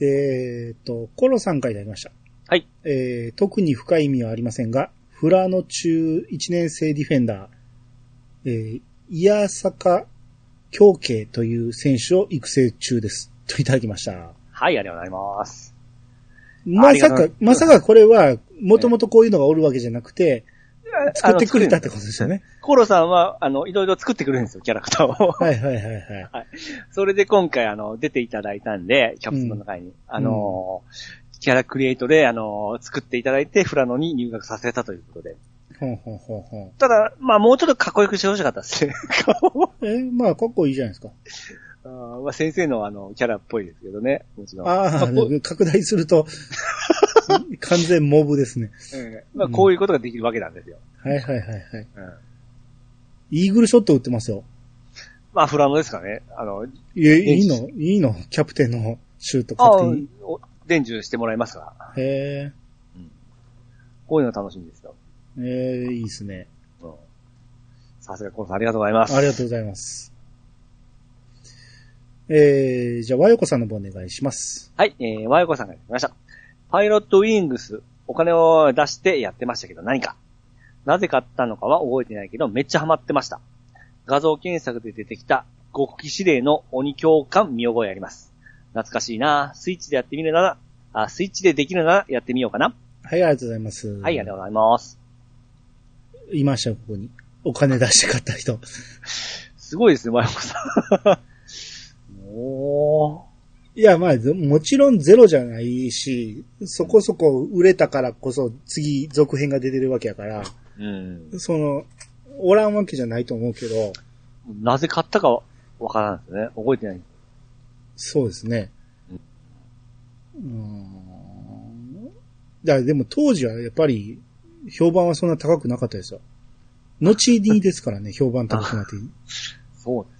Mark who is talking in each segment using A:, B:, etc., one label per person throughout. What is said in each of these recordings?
A: えーっと、コロさんからいただきました。
B: はい。
A: えー特に深い意味はありませんが、フラーの中1年生ディフェンダー、えー、イヤサカ京慶という選手を育成中です。といただきました。
B: はい、ありがとうございます。
A: まさ
B: ありが
A: か
B: とう、
A: まさかこれは、もともとこういうのがおるわけじゃなくて、作ってくれたってことですよね。
B: コロさんは、あの、いろいろ作ってくれるんですよ、キャラクターを。
A: はいはいはいはい。
B: それで今回、あの、出ていただいたんで、キャプツの中に、あのー、キャラクリエイトで、あのー、作っていただいて、フラノに入学させたということで。
A: ほんほんほんほん。
B: ただ、まあ、もうちょっとかっこよくしてほしかったですね。 顔を
A: えーまあ、かっこいいじゃないですか。
B: あーまあ、先生の、あの、キャラっぽいですけどね、もちろん。
A: ああ、
B: こう
A: 拡大す ると、完全モブですね。
B: うんまあ、こういうことができるわけなんですよ。
A: はいはいはいはい。
B: うん
A: イーグルショット打ってますよ。
B: まあ、フラノですかね。あの、
A: え、いいのいいのキャプテンのシュート
B: あ
A: 勝手に。
B: お伝授してもらいますから。
A: へ
B: こういうの楽しみですよ。
A: え、えー、いいですね。
B: うんさすがコロさん、ありがとうございます。
A: ありがとうございます。えー、じゃあ、和横さんの方お願いします。
B: はい、えー、まゆこさんがやってきました。パイロットウィングス、お金を出してやってましたけど何か。なぜ買ったのかは覚えてないけど、めっちゃハマってました。画像検索で出てきた、極秘指令の鬼教官見覚えあります。懐かしいなスイッチでやってみるなら、あ、スイッチでできるならやってみようかな。
A: はい、ありがとうございます。
B: はい、ありがとうございます。
A: いましたよ、ここに。お金出して買った人。
B: すごいですね、まゆこさん。 おー。
A: いや、まあ、ぜもちろんゼロじゃないし、そこそこ売れたからこそ、次、続編が出てるわけやから、
B: うん。
A: その、おらんわけじゃないと思うけど、
B: なぜ買ったかわからんですね。覚えてない。
A: そうですね。うーん。だからでも当時はやっぱり、評判はそんな高くなかったですよ。後にですからね、評判高くなって。
B: そうです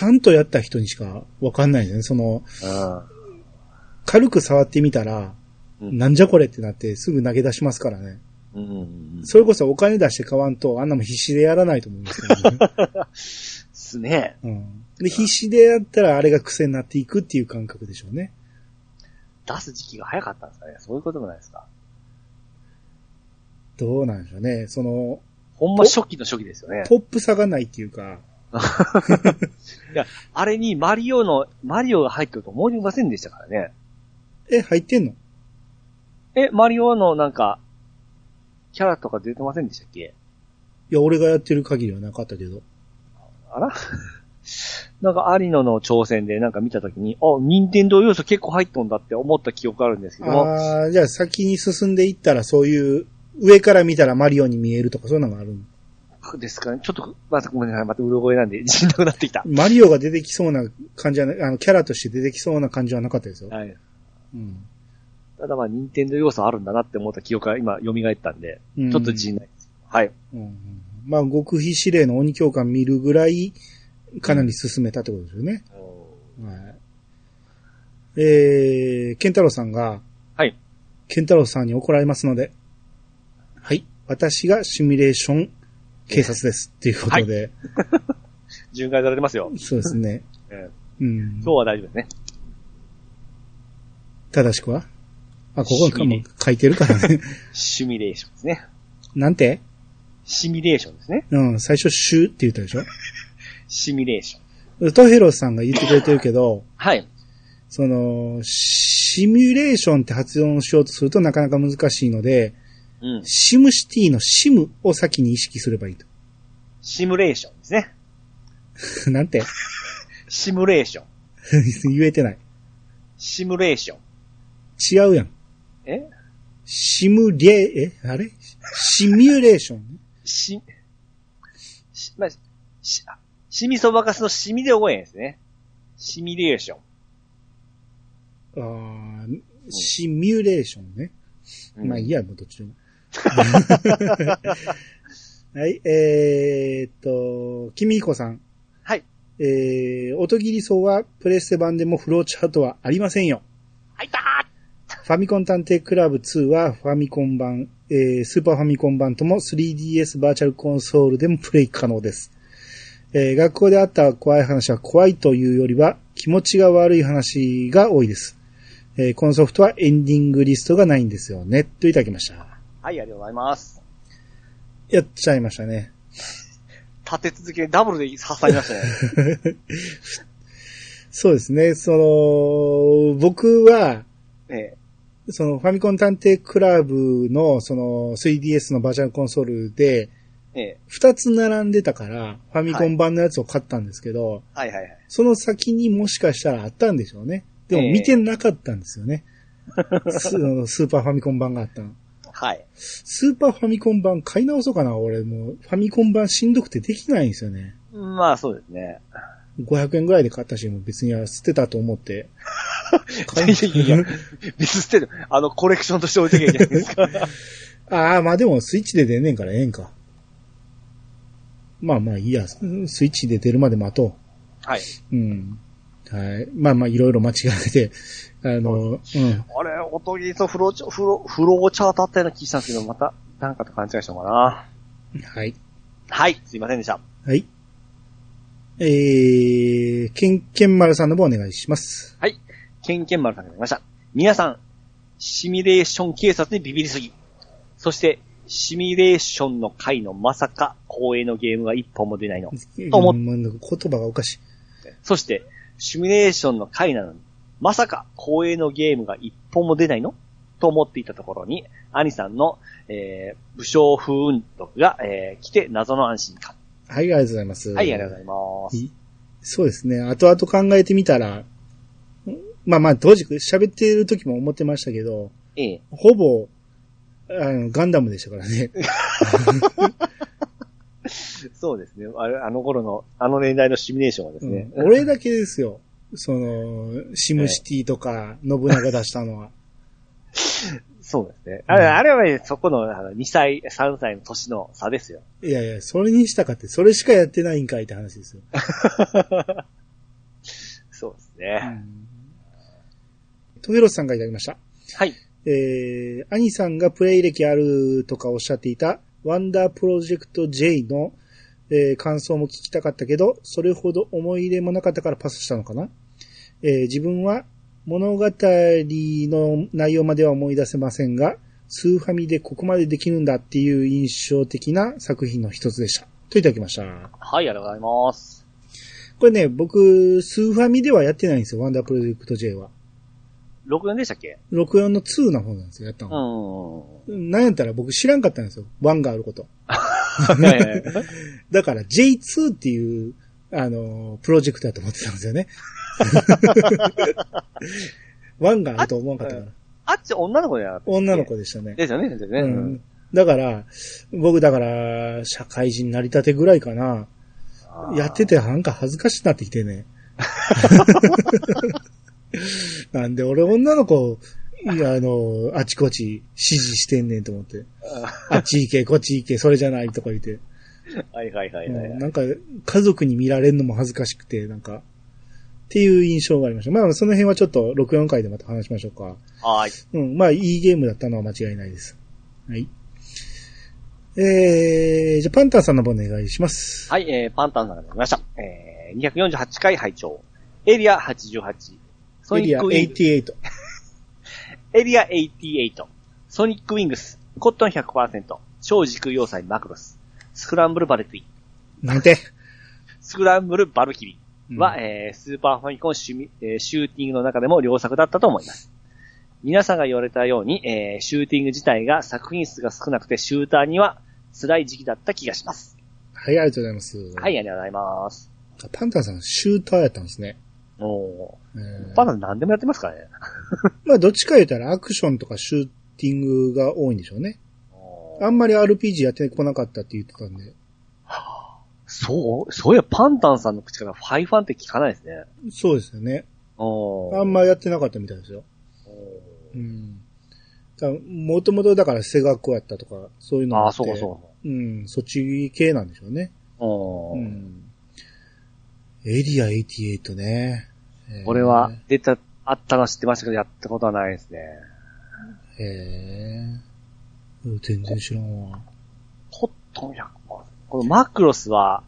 A: ち
B: ね。
A: ゃんとやった人にしかわかんないですね。その、
B: うん。
A: 軽く触ってみたら、
B: うん
A: なんじゃこれってなってすぐ投げ出しますからね。
B: うんうんうん
A: それこそお金出して買わんと、あんなもん必死でやらないと思うんですけ どね。
B: すね。
A: うん、で必死でやったらあれが癖になっていくっていう感覚でしょうね。
B: 出す時期が早かったんですかね。そういうこともないですか。
A: どうなんでしょうね。その、
B: ほんま初期の初期ですよね。
A: ポップさがないっていうか、
B: あれにマリオの、マリオが入ってると思いませんでしたからね。
A: え、入ってんの
B: え、マリオのなんか、キャラとか出てませんでしたっけ
A: いや、俺がやってる限りはなかったけど。
B: あら なんか、アリノの挑戦でなんか見たときに、あ、任天堂要素結構入っとんだって思った記憶があるんですけども、
A: ああ、じゃあ先に進んでいったらそういう、上から見たらマリオに見えるとかそういうのがあるの
B: ですかね。ちょっと、またごめんなさい。またうろ覚えなんで、自信なくなってきた。
A: マリオが出てきそうな感じはな、あの、キャラとして出てきそうな感じはなかったですよ。
B: はい。
A: うん。
B: ただまあ、任天堂要素あるんだなって思った記憶が今、蘇ったんで、
A: うん
B: ちょっと自信ないです。はい。
A: うんうん。まあ、極秘指令の鬼教官見るぐらい、かなり進めたってことですよね。はい。えー、ケンタロウさんが、
B: はい。
A: ケンタロウさんに怒られますので、はい。私がシミュレーション警察です。っていうことで、
B: 巡回されてますよ。
A: そうですね。
B: えー
A: うん。
B: 今日は大丈夫ですね。
A: 正しくはあ、ここにか
B: シミ
A: も書いてるから ね。
B: シミュレーションですね。
A: なんて
B: シミュレーションですね。
A: うん、最初、シューって言ったでし
B: シミュレーション。
A: ょトヘロさんが言ってくれてるけど、
B: はい。
A: その、シミュレーションって発音しようとするとなかなか難しいので、
B: うん。
A: シムシティのシムを先に意識すればいいと。
B: シミュレーションですね。
A: なんて
B: シミュレーション。
A: 言えてない。
B: シミュレーション。
A: 違うやん。
B: え
A: シムレ、えあれシミュレーション
B: し、し、まあ、し、あシミそばかすのシミで覚えるんですね。シミュレーション。
A: あーシミュレーションね。
B: うん
A: まあいいや、もうどっちでも。はい、えー、っと、君彦さん。
B: はい。
A: えー、音切り層はプレステ版でもフローチャートはありませんよ。
B: 入った
A: ファミコン探偵クラブ2はファミコン版、えー、スーパーファミコン版とも 3DS バーチャルコンソールでもプレイ可能です。えー学校であった怖い話は怖いというよりは気持ちが悪い話が多いです。えーこのソフトはエンディングリストがないんですよね、といただきました。
B: はい、ありがとうございます。
A: やっちゃいましたね。
B: 立て続けにダブルで刺さり ましたね。
A: そうですね、その、僕は、
B: え
A: そのファミコン探偵クラブのその 3DS のバーチャルコンソールで
B: え、ええ、
A: 2つ並んでたからファミコン版のやつを買ったんですけど、
B: はいはいはい。
A: その先にもしかしたらあったんでしょうね。でも
B: ええ
A: 見てなかったんですよね。ススーパーファミコン版があったの。
B: はい。
A: スーパーファミコン版買い直そうかな俺もうファミコン版しんどくてできないんですよね。
B: まあそうですね。
A: 500円ぐらいで買ったし、もう別に捨てたと思って。
B: いやいや、ミス捨てる。あの、コレクションとして置いてきゃいけないんですから。
A: ああ、まあでもスイッチで出んねんからええんか。まあまあいいや、スイッチで出るまで待と
B: はい。
A: う。うん。はい。まあまあいろいろ間違えて、あの、うん。
B: あれ、おとぎとフローチャ、フロ、フローチャーだったような気したんですけど、また、なんかと勘違いしたのかな。
A: はい。
B: はい、すいませんでした。
A: はい。えー、けんけんまるさんの方お願いします。
B: ケンケンマルさんがいました。皆さん、シミュレーション警察にビビりすぎ。そして、シミュレーションの回のまさか光栄のゲームが一本も出ないの。
A: うん
B: 思っ
A: もうなんか言葉がおかしい。
B: そして、シミュレーションの回なのに、まさか光栄のゲームが一本も出ないのと思っていたところに、アニさんの、えー、武将風雲録が、えー来て謎の安心感。
A: はい、ありがとうございます。
B: はい、ありがとうございます。
A: いそうですね。後々考えてみたら、んまあまあ、当時喋ってる時も思ってましたけど、
B: ええ
A: ほぼ、あの、ガンダムでしたからね。
B: そうですね。あれあの頃の、あの年代のシミュレーションはですね。
A: うん俺だけですよ。その、シムシティとか、信長出したのは。
B: そうですね。あれ、
A: うん
B: あれはね、そこのあの2歳、3歳の年の差ですよ。
A: いやいや、それにしたかって、それしかやってないんかいって話ですよ。
B: そうですね。
A: トヘロスさんがいただきました。
B: はい。
A: えー、アニさんがプレイ歴あるとかおっしゃっていた、ワンダープロジェクト J の、えー感想も聞きたかったけど、それほど思い入れもなかったからパスしたのかな、えー自分は物語の内容までは思い出せませんが、スーファミでここまでできるんだっていう印象的な作品の一つでした。といただきました。
B: はい、ありがとうございます。
A: これね、僕、スーファミではやってないんですよ、ワンダープロジェクト J は。
B: 64でしたっけ
A: 64の2の方なんですよ、やった
B: う
A: の。
B: ん。
A: なんやったら僕知らんかったんですよ。1があること。
B: ええ
A: だから J2 っていう、あのープロジェクトだと思ってたんですよね。1があると思わんかったから。
B: あっち女の子じゃなかったっけ
A: 女の。子でしたね。
B: ですよね、ですよね。
A: う
B: うん
A: ん、だから、僕だから、社会人なりたてぐらいかな。やって。てなんか恥ずかしくなってきてね。なんで俺女の子、いやあの、あちこち指示してんねんと思って。あっち行け、こっち行け、それじゃないとか言って。
B: はいはいはいはい。
A: うん
B: はい
A: なんか、家族に見られるのも恥ずかしくて、なんか、っていう印象がありました。まあ、その辺はちょっと64回でまた話しましょうか。
B: はーい。
A: うん、まあ、いいゲームだったのは間違いないです。はい。えー、じゃあ、パンタンさんの方お願いします。
B: はい、えー、パンタンさんが出てきました。えー、248回拝聴エリア88。ソ
A: エ
B: ニ
A: リ
B: ッ
A: ア
B: クウィング
A: 88。
B: エリア88、ソニックウィングス、コットン100%、超時空要塞マクロス、スクランブルバルキリー、
A: なんて。
B: スクランブルバルキリ
A: う
B: ー
A: ん
B: は、えースーパーファミコンシュミ、えーシューティングの中でも良作だったと思います。皆さんが言われたように、えーシューティング自体が作品数が少なくてシューターには辛い時期だった気がします。
A: はい、ありがとうございます。
B: はい、ありがとうございます。
A: パンタンさん、シューターやったんですね。
B: お
A: え
B: ー
A: ー
B: パンダ何でもやってますからね。
A: まあ、どっちか言ったらアクションとかシューティングが多いんでしょうね。あんまり RPG やってこなかったって言ってたんで。
B: そうそういや、パンタンさんの口からファイファンって聞かないですね。
A: そうですよね。
B: おー
A: あんまやってなかったみたいですよ。うん。もともとだからセガっ子やったとか、そういうのもっ
B: ああ、
A: て。
B: そうかそう
A: うん、そっち系なんでしょうね。
B: うか。う。
A: うんん。エリア88ね。えー
B: 俺は、出た、あったのは知ってましたけど、やったことはないですね。
A: へえ。うん全然知らんわ。
B: コットン100%。このマクロスは、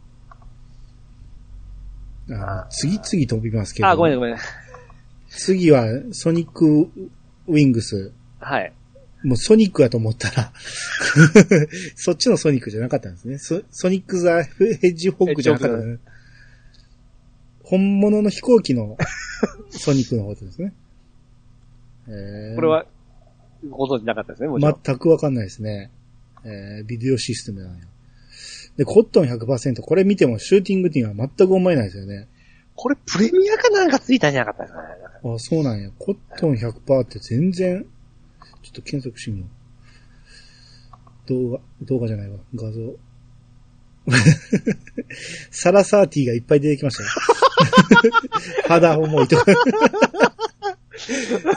A: あー次々飛びますけど。
B: あ、ごめんねごめんね。
A: 次は、ソニックウィングス。
B: はい。
A: もうソニックやと思ったら、 そっちのソニックじゃなかったんですね。ソソニックザ・ヘッジホックじゃなかった、
B: ヘ
A: ね。本物の飛行機のソニックのことです ね。えー
B: これは、ご存知なかったですね、もちろん。
A: 全くわかんないですね。えービデオシステムなんや。で、コットン100%、これ見てもシューティングっていうのは全く思えないですよね。
B: これプレミアかなんかついたんじゃなかったですかね。
A: あ、そうなんや。コットン100%って全然、ちょっと検索してみよう。動画、動画じゃないわ。画像。 サラサーティがいっぱい出てきましたよ。 肌重いとか。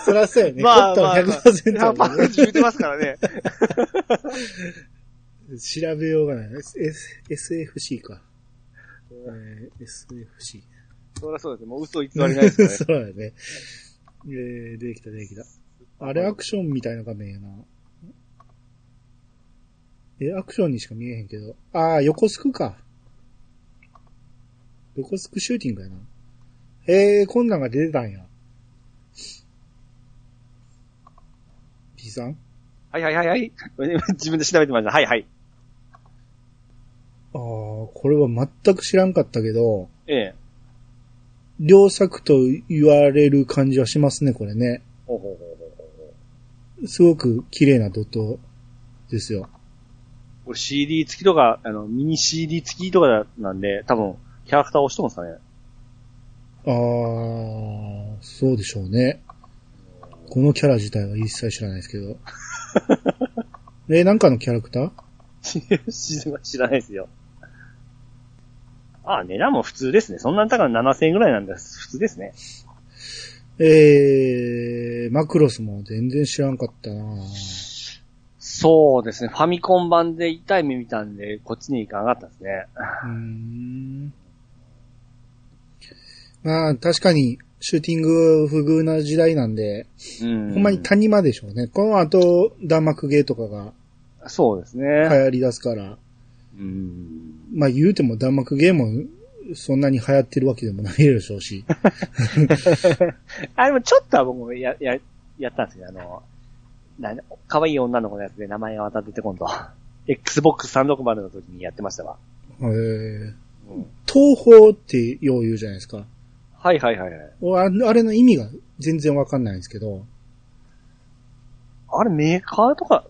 A: そらそうやね。
B: まあ
A: コ
B: まあ、
A: ットン100%、ね。
B: パッケージ言ってますからね。
A: 調べようがない。S、S、SFC か。えー SFC。
B: そりゃそうですね。もう嘘偽りないですからね。
A: そうだね。えー、出てきた出てきた。あれアクションみたいな画面やな。え、アクションにしか見えへんけど。あー、横スクか。横スクシューティングやな。えー、こんなんが出てたんや。P さん
B: はいはいはいはい。 自分で調べてました。はいはい。
A: あー、これは全く知らんかったけど、
B: ええ。
A: 両作と言われる感じはしますね、これね。
B: ほうほうほうほうほう
A: すごく綺麗なドットですよ。
B: これ CD 付きとか、あの、ミニ CD 付きとかなんで、多分、キャラクターを押してますかね。
A: あー、そうでしょうね。このキャラ自体は一切知らないですけ ど。え、なんかのキャラクター
B: 知ら知らないですよ。ああ、値段も普通ですね。そんなに高いの7000円ぐらいなんです。普通ですね。
A: えー、マクロスも全然知らんかったな
B: そうですね。ファミコン版で痛い目見たんで、こっちに行かなかったですね。
A: うーん。まあ、確かに、シューティング不遇な時代なんで、
B: うん。
A: ほんまに谷間でしょうね。この後、弾幕ゲーとかが
B: そうですね。
A: 流行り出すから、
B: うん。
A: まあ言うても弾幕ゲームそんなに流行ってるわけでもないでしょうし。
B: あ、でもちょっとは僕もや、や、やったんですけど、あの、なん可愛い女の子のやつで名前がまた出てこんと。Xbox 360の時にやってましたわ。
A: えー
B: うん
A: 東宝ってよう言うじゃないですか。
B: はいはいはいはい。
A: おああれの意味が全然わかんないんですけど、
B: あれメーカーとか、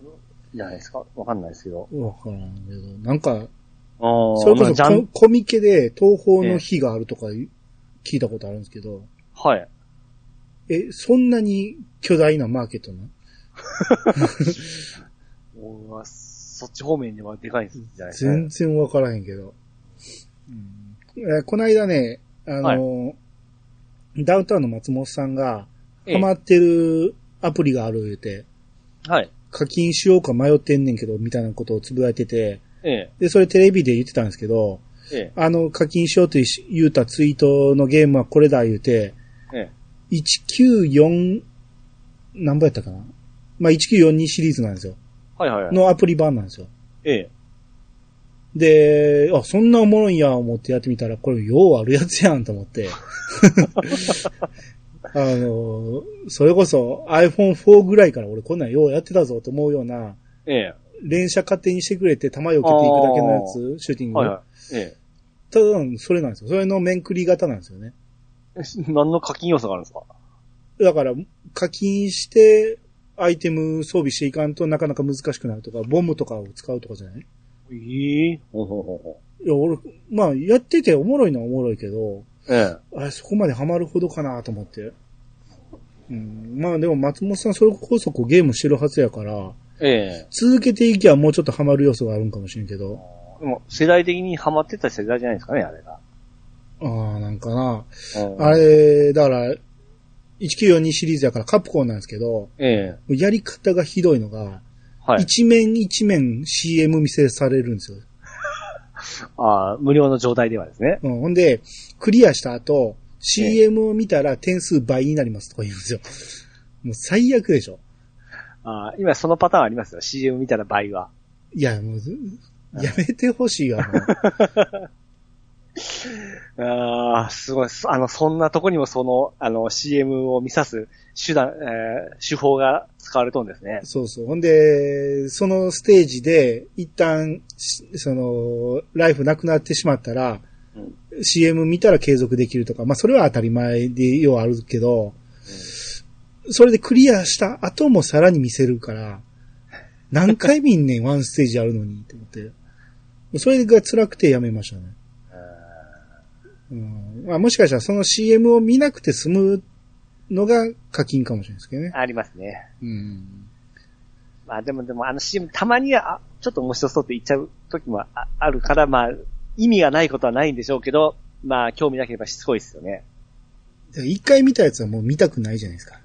B: じゃないですかわかんないですけど。
A: わからんけど、なんか、
B: そ
A: それこ
B: ジ
A: そ
B: ャ
A: コ
B: ン、
A: コミケで東宝の日があるとか聞いたことあるんですけど、
B: はい。
A: え、そんなに巨大なマーケットなの
B: 俺はそっち方面ではでかいんじゃないですかね、
A: 全然わからへんけど。えーこの間ね、あのー、ダウンタウンの松本さんが、
B: ええ
A: ハマってるアプリがある言うて、
B: はい。
A: 課金しようか迷ってんねんけど、みたいなことをつぶやいてて、
B: ええ、
A: で、それテレビで言ってたんですけど、
B: ええ、
A: あの、課金しようと言うたツイートのゲームはこれだ言うて、
B: ええ。
A: 194、何番やったかなまあ、1942シリーズなんですよ。
B: はいはいはい。
A: のアプリ版なんですよ。
B: ええ。
A: で、あ、そんなおもろいんや、思ってやってみたら、これ、ようあるやつやんと思って。 あの、それこそ iPhone4 ぐらいから俺こんなんようやってたぞと思うような、
B: ええ。
A: 連射勝手にしてくれて弾避けていくだけのやつ、シューティング。
B: はいはい。え
A: ただ、それなんですよ。それの面繰り型なんですよね。
B: え。何の課金要素があるんですか
A: だから、課金して、アイテム装備していかんとなかなか難しくなるとか、ボムとかを使うとかじゃない
B: ええ。ほうほうほうほ
A: いや、俺、まあ、やってておもろいのはおもろいけど、
B: う。ええ。
A: あれ、そこまでハマるほどかなと思って。うん、まあでも松本さんそれこそこうゲームしてるはずやから、
B: ええ。
A: 続けていきゃもうちょっとハマる要素があるんかもしれんけど、
B: でも、世代的にハマってた世代じゃないですかね、あれが。
A: ああ、なんかな。
B: うん
A: あれ、だから、1942シリーズやからカプコンなんですけど、
B: ええ
A: やり方がひどいのが、
B: はい。
A: 一面一面 CM 見せされるんですよ。
B: ああ、無料の状態ではですね。
A: うん、ほんで、クリアした後、CM を見たら点数倍になりますとか言うんですよ。もう最悪でしょ。
B: ああ、今そのパターンありますよ。CM 見たら倍は。
A: いや、もうず、やめてほしいわ、もう
B: ああ、すごい。そあの、そんなとこにもその、あの、CM を見さす手段、えー手法が使われとんですね。
A: そうそう。ほんで、そのステージで、一旦、しその、ライフなくなってしまったら、CM 見たら継続できるとか、まあそれは当たり前でようあるけど、それでクリアした後もさらに見せるから、何回見んねん、ワンステージあるのに、って思って。それが辛くてやめましたね。うんまあ、もしかしたらその CM を見なくて済むのが課金かもしれないですけどね。
B: ありますね。
A: うん。
B: まあでもでもあの CM たまには、あちょっと面白そうって言っちゃう時もああるから、まあ意味がないことはないんでしょうけど、まあ興味なければしつこいですよね。
A: だから一回見たやつはもう見たくないじゃないですか。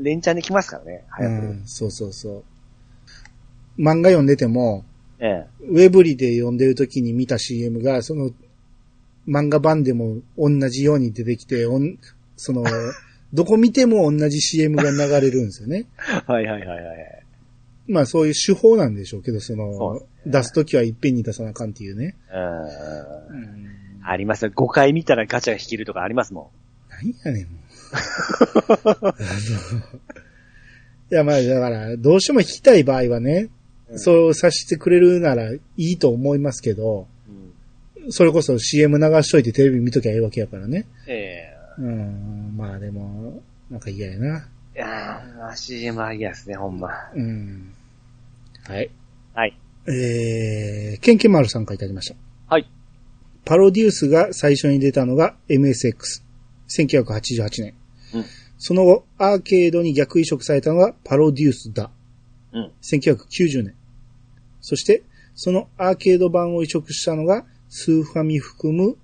B: 連チャンで来ますからね。
A: う
B: 早く。
A: ん、そうそうそう。漫画読んでても、
B: ええ。
A: ウェブリで読んでる時に見た CM が、その、漫画版でも同じように出てきて、おんそ の、どこ見ても同じ CM が流れるんですよね。
B: はいはいはいはい。
A: まあそういう手法なんでしょうけど、そ
B: そう
A: の
B: で、
A: 出すときはいっぺんに出さなあかんっていうね。
B: うん。
A: うん
B: ありますよ。5回見たらガチャが引けるとかありますも
A: 何やねん、も う。あのいや、まあ、だから、どうしても引きたい場合はね、
B: うん
A: そうさせてくれるならいいと思いますけど、
B: ん。うん、
A: それこそ CM 流しといてテレビ見ときゃいいわけやからね。
B: ええ
A: うん、まあでも、なんか嫌やな。
B: いやー、まあ CM は嫌ですね、ほんま。
A: うん。はい。
B: はい。
A: えー、ケンケンマルさんからいただきました。
B: はい。
A: パロデュースが最初に出たのが MSX。1988年。
B: うん
A: その後、アーケードに逆移植されたのがパロデュースだ。
B: うん。
A: 1990年。そして、そのアーケード版を移植したのが、スーファミ含む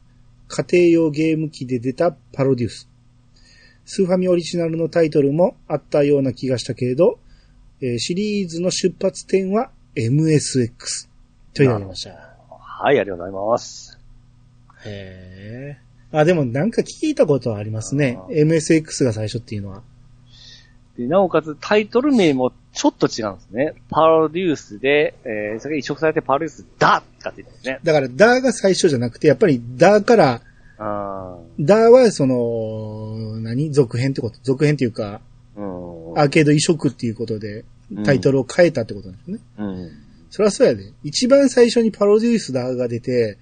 A: 家庭用ゲーム機で出たパロデュース。スーファミオリジナルのタイトルもあったような気がしたけれど、えーシリーズの出発点は MSX と言われました。
B: はい、ありがとうございます。
A: へえ。あ、でもなんか聞いたことはありますね
B: あ。ー
A: MSX が最初っていうのは。
B: で、なおかつタイトル名もちょっと違うんですね。パロデュースで、えー、それが移植されてパロデュースだって言ってますね。
A: だから、ダーが最初じゃなくて、やっぱりダーから、
B: あ
A: ダーはその、何続編ってこと続編っていうか、
B: ーうん。
A: アーケード移植っていうことで、タイトルを変えたってことなんですよね。
B: うん。
A: そりゃそうやで。一番最初にパロデュースダーが出て、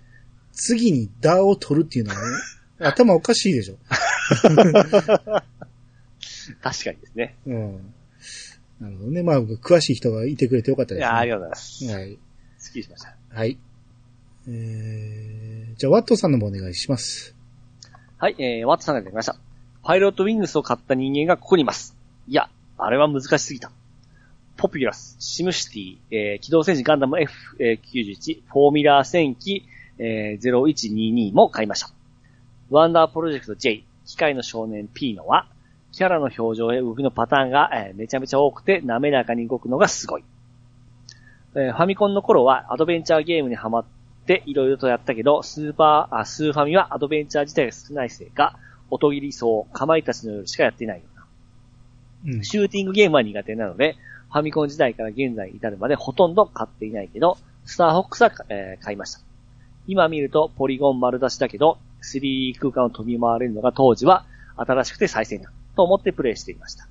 A: 次にダーを取るっていうのはね、 頭おかしいでしょ。
B: 確かにですね。
A: うん。なるほどね。まあ、詳しい人がいてくれてよかった
B: い
A: です、ね。
B: やー、ありがとうございます。
A: はい。
B: すっきりしました。
A: はい。えー、じゃあ、ワットさんのもお願いします。
B: はい、えー、ワットさんが出てきました。パイロットウィングスを買った人間がここにいます。いや、あれは難しすぎた。ポピュラス、シムシティ、えー、機動戦士ガンダム F91、フォーミュラー戦機、えー、0122も買いました。ワンダープロジェクト J、機械の少年 P のは、キャラの表情や動きのパターンが、えーめちゃめちゃ多くて滑らかに動くのがすごい。えーファミコンの頃はアドベンチャーゲームにハマっていろいろとやったけど、スーパー、あ、スーファミはアドベンチャー自体が少ないせいか、音切り層、かまいたちの夜しかやっていないような。
A: うん
B: シューティングゲームは苦手なので、ファミコン時代から現在に至るまでほとんど買っていないけど、スターフォックスは、えー買いました。今見るとポリゴン丸出しだけど、3D 空間を飛び回れるのが当時は新しくて最先端と思ってプレイしていました。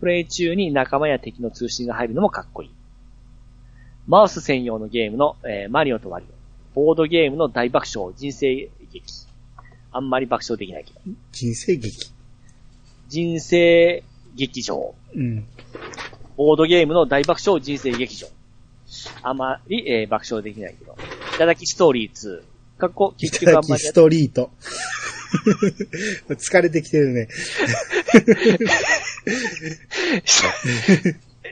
B: プレイ中に仲間や敵の通信が入るのもかっこいい。マウス専用のゲームの、えーマリオとワリオ。ボードゲームの大爆笑、人生劇。あんまり爆笑できないけど。
A: 人生劇。
B: 人生劇場。
A: うん。
B: ボードゲームの大爆笑人生劇場。あまり、えー爆笑できないけど。いただきストーリー2。過去、
A: い
B: 結
A: た
B: 局あ
A: だ
B: ん
A: き
B: まりや
A: ストリート。 疲れてきてるね。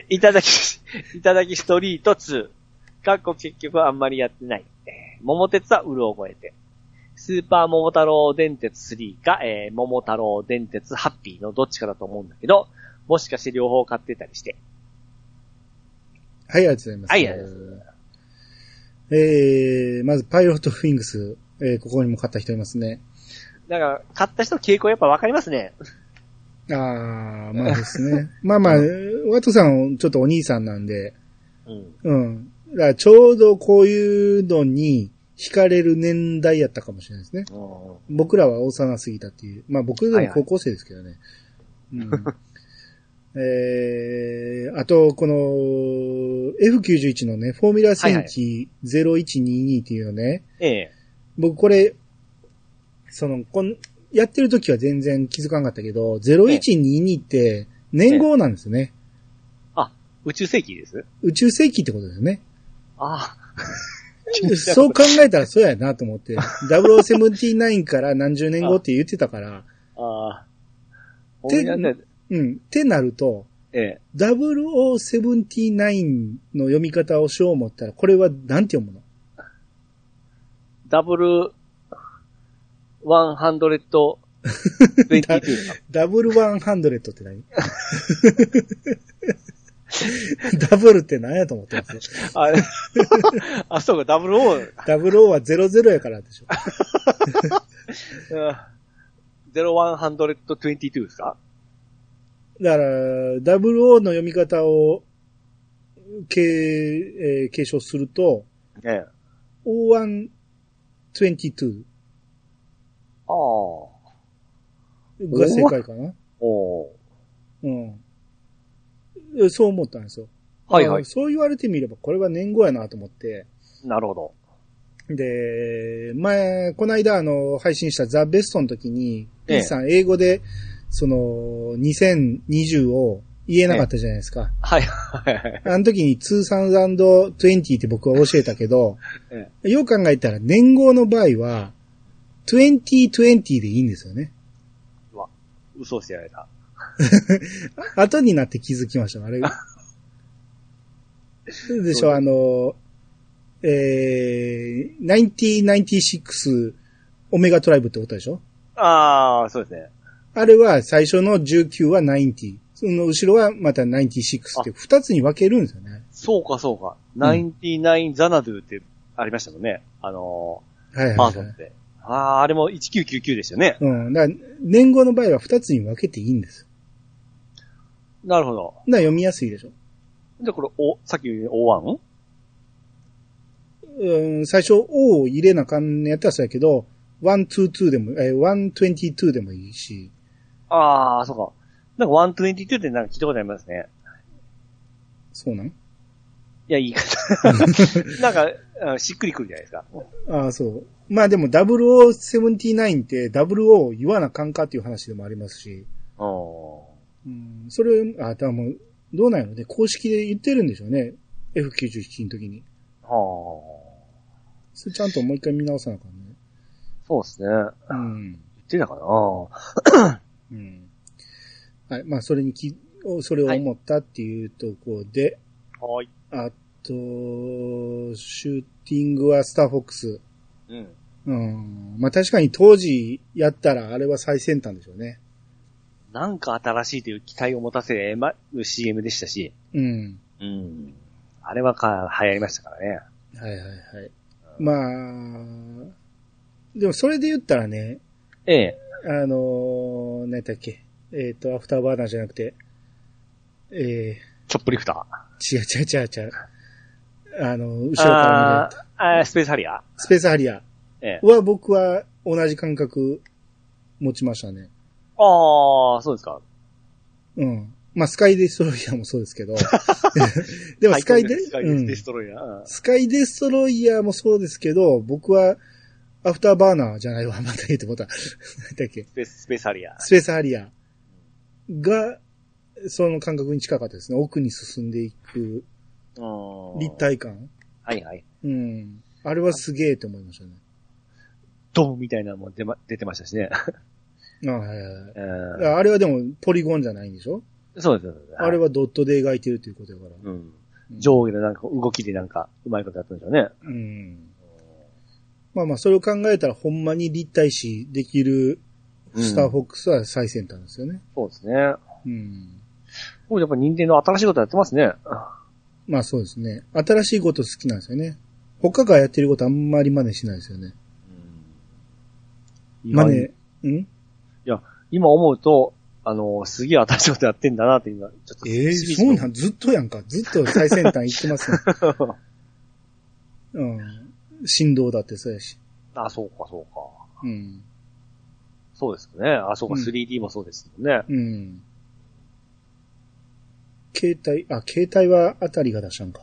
B: いただき、いただき ストリート2。かっこ結局あんまりやってない。えー桃鉄はうろ覚えて。スーパー桃太郎電鉄3か、えー桃太郎電鉄ハッピーのどっちかだと思うんだけど、もしかして両方買ってたりして。
A: はい、ありがとうございます。
B: はいありがとうござい
A: えー、まず、パイロットフィングス。えー、ここにも買った人いますね。
B: だから、買った人の傾向やっぱわかりますね。
A: あー、まあです ね。まあまあ、ワトさん、ちょっとお兄さんなんで、
B: うん。
A: うん。だからちょうどこういうのに惹かれる年代やったかもしれないですね。
B: うん
A: 僕らは幼すぎたっていう。まあ僕でも高校生ですけどね。 うん、えー、あと、この F91 のね、フォーミュラ戦記0122っていうのね、
B: ええ。
A: 僕これ、その、こん、やってる時は全然気づかなかったけど、0122って年号なんですよね。
B: 宇宙世紀です
A: 宇宙世紀ってことだよ ね。
B: あ
A: そう考えたらそうやなと思 って、0079から何十年後って言ってたから、
B: あ。ああ。
A: て
B: 思い出せ
A: うん。ってなると、
B: ええ。
A: 0079の読み方をしよう思ったら、これはなんて読む の
B: ダブル、ワンハンドレッド、ベンティテ ィ
A: ダブルワンハンドレットって何ダブルって何やと思ってます
B: あれ あ、そうか、ダブルオー、
A: ダブルオーは00やからでしょ。
B: ゼロワンハンドレッドトゥインティトゥですか
A: だから、ダブルオーの読み方を、けえー継承すると、
B: ええ。
A: O122
B: ああ。お
A: が正解かな。
B: お
A: うんえ。そう思ったんですよ。
B: ー。はいはい
A: あ。そう言われてみれば、これは年号やなと思って。
B: なるほど。
A: で、前、この間、あの、配信したザ・ベストの時に、
B: ええ
A: P さん英語で、その、2020を言えなかったじゃないですか。
B: はいはい。
A: あの時に2020って僕は教えたけど、
B: え
A: よく考えたら年号の場合は、2020でいいんですよね。
B: 嘘をしてやられ
A: あ
B: た。
A: 後になって気づきました。あれ。 でしょ、あの、えー、9096オメガトライブってことでしょ
B: ああ、そうですね。
A: あれは最初の19は90。その後ろはまた96って二つに分けるんですよね。
B: そうかそうか。99ザナドゥってありましたもんね。あの
A: はいはい、
B: ー、パー
A: は
B: ソンっ
A: い。
B: て。ああ、あれも1999でしたよね。
A: うん。だから年号の場合は二つに分けていいんですよ
B: なるほど。
A: な、読みやすいでしょ。
B: で、これ、お、さっき言う O1?
A: うん、最初、O を入れなあかんのやったらそうやけど、122でも、えー、122でもいいし、
B: ああ、そうか。なんか122ってなんか聞いたことありますね。
A: そうなん
B: いや、言い 方。なんか、うんしっくりくるじゃないですか。
A: ああ、そう。まあでも、0079って、00を言わなあかんかっていう話でもありますし、
B: う
A: うん、それ、あ、多分、どうなんやろね。公式で言ってるんでしょうね。F97 の時に。
B: ん。はあ。
A: それちゃんともう一回見直さなあかんね。
B: そうですね。
A: うん。
B: 言ってたかな
A: うん。はい。まあ、それにき、それを思ったっていうところで、
B: はい。
A: あと、シューティングはスターフォックス。
B: うん。
A: うん。まあ確かに当時やったらあれは最先端でしょうね。
B: なんか新しいという期待を持たせる、ま、CM でしたし。
A: うん。
B: うん。あれはか、流行りましたからね。
A: はいはいはい。まあ、でもそれで言ったらね、
B: ええ。
A: あのー、何やったっけ。えっ、と、アフターバーナーじゃなくて、えー、
B: チョップリフター。
A: 違う違う違う違う。あの、後ろから
B: あーあー、スペースハリアー。
A: 見るスペースハリア
B: ええ。
A: は僕は同じ感覚持ちましたね。
B: ああ、そうですか。
A: うん。まあ、スカイデストロイヤーもそうですけ ど。でも、スカイデ、
B: スカイ
A: うん
B: デストロイヤー。うん
A: スカイデストロイヤーもそうですけど、僕は、アフターバーナーじゃないわ、また言うてもた。何だっけ
B: スペース、スペースハリアー。
A: スペースハリアーが、その感覚に近かったですね。奥に進んでいく
B: うん
A: 立。体感。
B: はいはい。
A: うん。あれはすげえと思いましたね。
B: ドンみたいなのも出ま、出てましたしね。
A: あはいはいはい
B: うん
A: あれはでも、ポリゴンじゃないんでしょ
B: そうですそうです。
A: あれはドットで描いてるということだから。
B: うん。
A: うん
B: 上下のなんか動きでなんか、うまいことやったんでしょうね。
A: うんまあまあ、それを考えたら、ほんまに立体視できるスターフォックスは最先端ですよね。
B: そうですね。
A: うん。
B: もうやっぱ任天堂新しいことやってますね。
A: まあそうですね。新しいこと好きなんですよね。他がやってることあんまり真似しないですよね。
B: うん
A: 真似、ん
B: 今思うと、あのーすげえ新しいことやってんだなって今、ちょっと。
A: ええ
B: しみじ
A: そ
B: み
A: う なんずっとやんか。ずっと最先端行ってますね。うん。振動だってそうやし。
B: あ、そうか、そうか。
A: うん。
B: そうですね。あ、そうか、
A: うん
B: 3D もそうですもんね。
A: うん。携帯、あ、携帯はあたりが出したんか。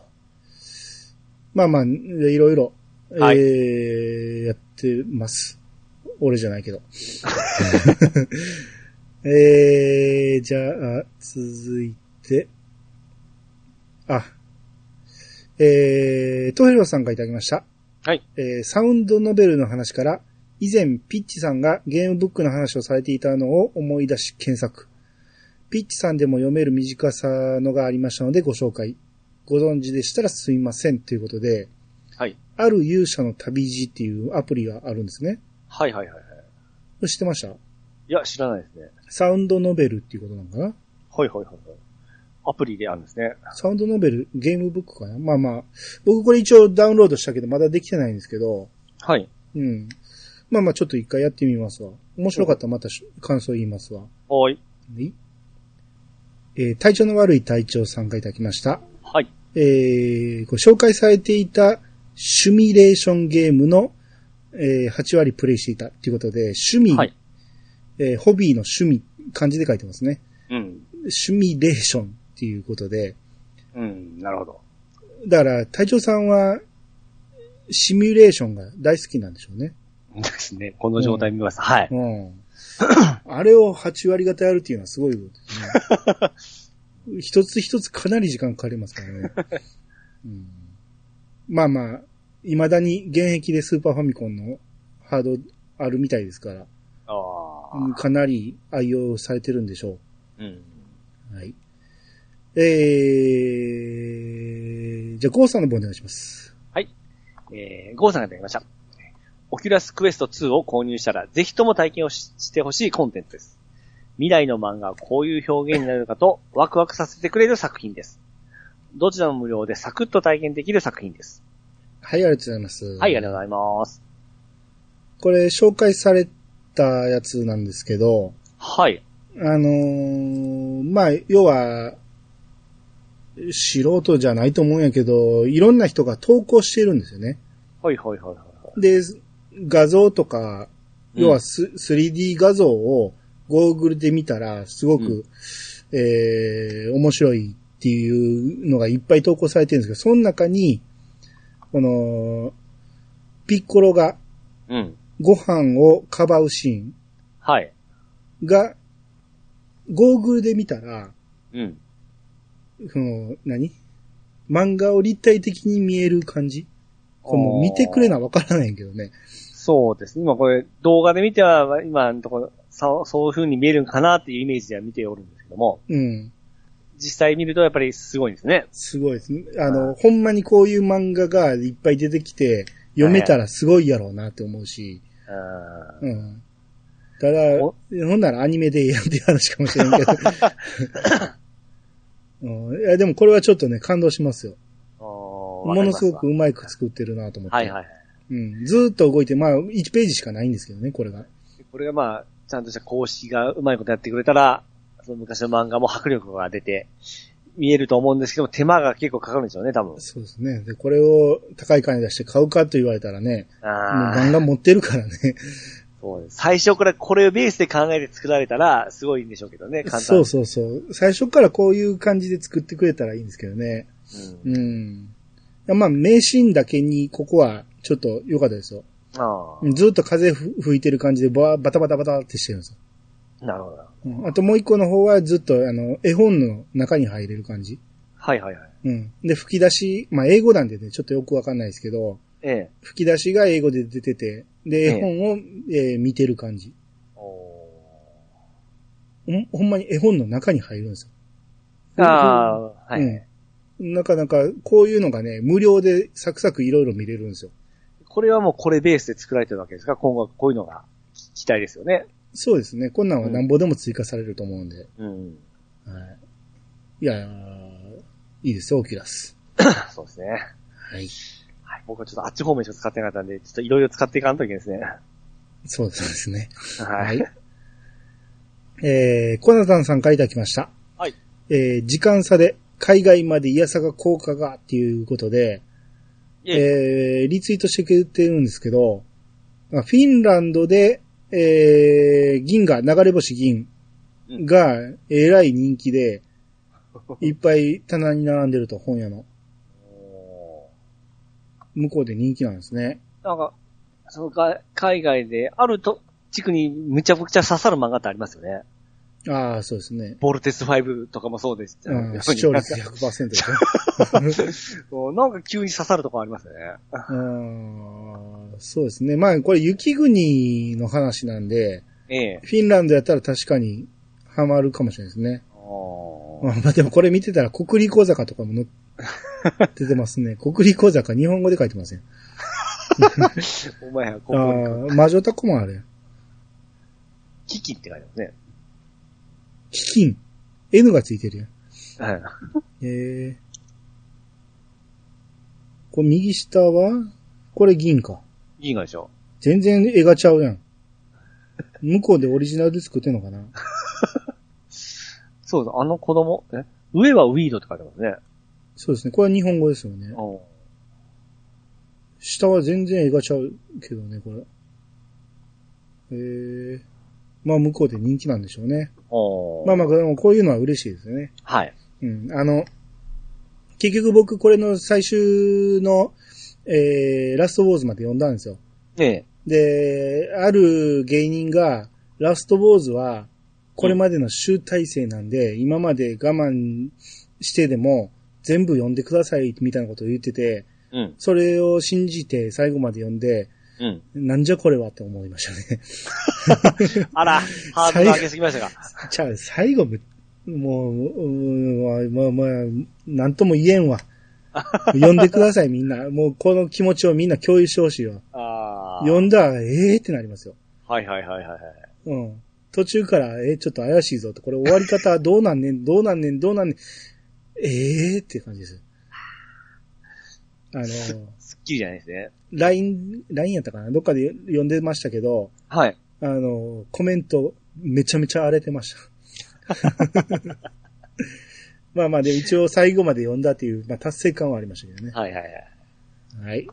A: まあまあ、いろいろ、
B: はい
A: えー、やってます。俺じゃ ないけど。えー、じゃあ、続いて、あ、えー、トヘロさんからいただきました。
B: はい。
A: えーサウンドノベルの話から、以前、ピッチさんがゲームブックの話をされていたのを思い出し検索。ピッチさんでも読める短さのがありましたのでご紹介。ご存知でしたらすみませんということで、
B: はい。
A: ある勇者の旅路っていうアプリがあるんですね。
B: はいはいはいはい。
A: これ知ってました
B: いや、知らないですね。
A: サウンドノベルっていうことなのかな
B: はいはいはいはい。アプリであるんですね。
A: サウンドノベル、ゲームブックかなまあまあ、僕これ一応ダウンロードしたけどまだできてないんですけど、
B: はい。
A: うん。まあまあちょっと一回やってみますわ。面白かったらまたし感想言いますわ。
B: おい。
A: はい。えー体調の悪い体調さんがいただきました。
B: はい。
A: えーご紹介されていたシュミュレーションゲームの、えー8割プレイしていたということで、趣味、
B: はい。
A: えーホビーの趣味、漢字で書いてますね。
B: うん。
A: シュミレーションっていうことで、
B: うん。なるほど。
A: だから隊長さんは、シミュレーションが大好きなんでしょうね。
B: ですね。この状態見ます。はい。
A: うん。あれを8割方やるっていうのはすごいこと ですね。一つ一つかなり時間かかりますからね。うん、まあまあ、未だに現役でスーパーファミコンのハードあるみたいですから、
B: ああ。
A: うんかなり愛用されてるんでしょ
B: うん。
A: う。はい。えー、じゃあ、ゴーさんの方お願いします。
B: えー、ゴーさんがいただきました。オキュラスクエスト2を購入したら、ぜひとも体験をししてほしいコンテンツです。未来の漫画はこういう表現になるのかと、ワクワクさせてくれる作品です。どちらも無料でサクッと体験できる作品です。
A: はい、ありがとうございます。は
B: はい、ありがとうございます。
A: これ、紹介されたやつなんですけど、
B: はい。
A: あのーまあ、要は、素人じゃないと思うんやけど、いろんな人が投稿してるんですよね。
B: はいはいはいはいはい。
A: で、画像とか、要はす 3D 画像をゴーグルで見たら、すごく、えー面白いっていうのがいっぱい投稿されてるんですけど、その中に、この、ピッコロが
B: うん。うん。
A: ご飯をかばうシーン
B: はい。
A: が、ゴーグルで見たら、
B: うん。
A: その、何漫画を立体的に見える感じこれもう見てくれなわからないけどね。
B: そうですね。今これ動画で見ては、今のところ、そうそういう風に見えるんかなっていうイメージでは見ておるんですけども、
A: うん。実
B: 実際見るとやっぱりすごいんですね。
A: すごいですね。あの、ほんまにこういう漫画がいっぱい出てきて、読めたらすごいやろうなって思うし。
B: う
A: うん。ただ、ほ
B: お
A: んならアニメでええやんっていう話かもしれん けど。 うん、いやでもこれはちょっとね、感動しますよ。
B: ん。も
A: ものすごくうまく作ってるなと思って。
B: はいはい。
A: うん。ずーっと動いて、まあ、1ページしかないんですけどね、これが。
B: これがまあ、ちゃんとした公式がうまいことやってくれたら、その昔の漫画も迫力が出て、見えると思うんですけども、手間が結構かかるんでしょうね、多分。
A: そうですね。で、これを高い金出して買うかと言われたらね、もう
B: ああ、
A: 漫画持ってるからね。
B: そうです。最初からこれをベースで考えて作られたら、すごいんでしょうけどね、簡単
A: そうそうそう。最初からこういう感じで作ってくれたらいいんですけどね。
B: う。うん。
A: うん。いやまあ、名シーンだけに、ここは、ちょっと良かったですよ。
B: あ
A: ずっと風ふ吹いてる感じでバ、バタバタバタってしてるんですよ。
B: あ、なるほど。
A: うんあともう一個の方は、ずっと、あの、絵本の中に入れる感じ。
B: はいはいはい。
A: うん。で、吹き出し、まあ、英語なんでね、ちょっとよくわかんないですけど、
B: ええ。
A: 吹き出しが英語で出てて、で、絵本を、えー見てる感じ。
B: お
A: ほんほんまに絵本の中に入るんです
B: ーああー、は
A: う
B: い
A: ん。よ。なかなか、こういうのがね、無料でサクサクいろいろ見れるんですよ。
B: これはもうこれベースで作られてるわけですが、今後はこういうのが期待ですよね。
A: そうですね。こんなんはなんぼでも追加されると思うんで。
B: うん。
A: はい。いやーいいですよ、オキュラス。
B: そうですね。
A: はい。
B: はい、僕はちょっとあっち方面しか使ってなかったんで、ちょっといろいろ使っていかんといけないですね。
A: そうですね。
B: はい。。
A: えー、コナタンさんからいただきました。
B: はい。
A: えー、時間差で海外までイヤサが効果がっていうことで、
B: いえいえ
A: えー、リツイートしてくれてるんですけど、まあフィンランドで、えー、銀が、流れ星銀が、えらい人気で、いっぱい棚に並んでると、本屋の。
B: お
A: 向こうで人気なんですね。
B: ーなんか、そのか海外であると地区にむちゃくちゃ刺さる漫画ってありますよね。
A: ああ、そうですね。
B: ボルテス5とかもそうです。
A: うん、視聴率100%でしょ。
B: そう なんか急に刺さるとこありますよね。
A: うーんそうですね。まあ、これ雪国の話なんで、
B: ええ。
A: フィンランドやったら確かにハマるかもしれないですね。
B: おー
A: まあまあ、でもこれ見てたら、国立小坂とかもの出てますね。国立小坂、日本語で書いてません。
B: お前はこ
A: ああ
B: こに、
A: 魔女タコもあれ。
B: キキって書いてますね。
A: 基金。N がついてるやん。
B: はい。
A: ええこれ右下はこれ銀か。
B: いいのでしょ
A: 全然絵がちゃうやん。向こうでオリジナルで作ってんのかな
B: そうだ、あの子供、え上はウィードって書いてますね。
A: そうですね。これは日本語ですよね。
B: おー
A: 下は全然絵がちゃうけどね、これ。えー、まあ向こうで人気なんでしょうね。
B: おー
A: まあまあ、でもこういうのは嬉しいですよね。
B: はい。
A: うん。あの、結局僕これの最終の、えー、ラストウォーズまで読んだんですよ。
B: ええ。
A: で、ある芸人が、ラストウォーズは、これまでの集大成なんで、今まで我慢してでも、全部読んでください、みたいなことを言ってて、
B: うん。
A: それを信じて最後まで読んで、
B: うん。
A: なんじゃこれはって思いましたね。
B: あら、ハードル上げすぎましたか。
A: じゃあ、最後む、もう、うーんまあまあ、なんとも言えんわ。読んでください、みんな。もう、この気持ちをみんな共有してほしいわ。
B: ああ。
A: 読んだら、ええー、ってなりますよ。
B: はいはいはいはいはい。
A: うん。途中から、えー、ちょっと怪しいぞって、これ終わり方どうなんねん、どうなんねん、どうなんねん。ええー、っていう感じです。あの、
B: すっきりじゃないですね。
A: LINE、LINE やったかなどっかで読んでましたけど、
B: はい。
A: あの、コメント、めちゃめちゃ荒れてました。 まあまあ、で、一応最後まで読んだっていう、まあ、達成感はありましたけどね。
B: はいはいはい。
A: はい。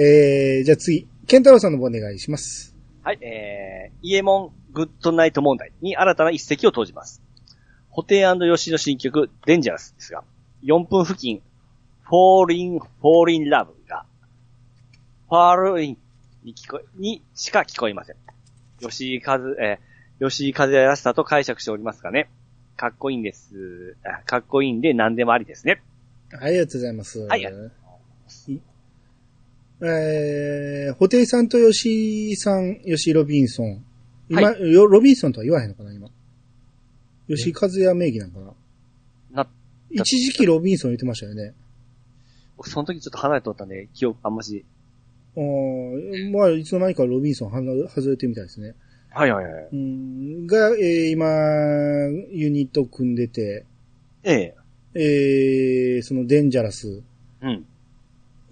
A: えー、じゃあ次、ケンタロウさんの方お願いします。
B: はい、えー、イエモングッドナイト問題に新たな一石を投じます。ホテイ吉の新曲、デンジャラスですが、4分付近、フォーリン、フォーリンラブが、ファールインに聞こえ、にしか聞こえません。吉井和、えー、吉井和也らしさと解釈しておりますがね、かっこいいんです。あかっこいいんで何でもありですね。
A: はい、ありがとうございます。
B: はいあり
A: いえー、ホテイさんと吉井さん、吉井ロビンソン。今、
B: は
A: よロビンソンとは言わへんのかな、今。吉井和也名義なのかな
B: な、
A: 一時期ロビンソン言ってましたよね。
B: 僕その時ちょっと離れておったんで、記憶あんまし。
A: あーまあ、いつの間にかロビンソンはな外れてるみたいですね。
B: はいはいはい。
A: うん、が、えー今、ユニット組んでて、
B: ええ。
A: えーそのデンジャラス、
B: うん。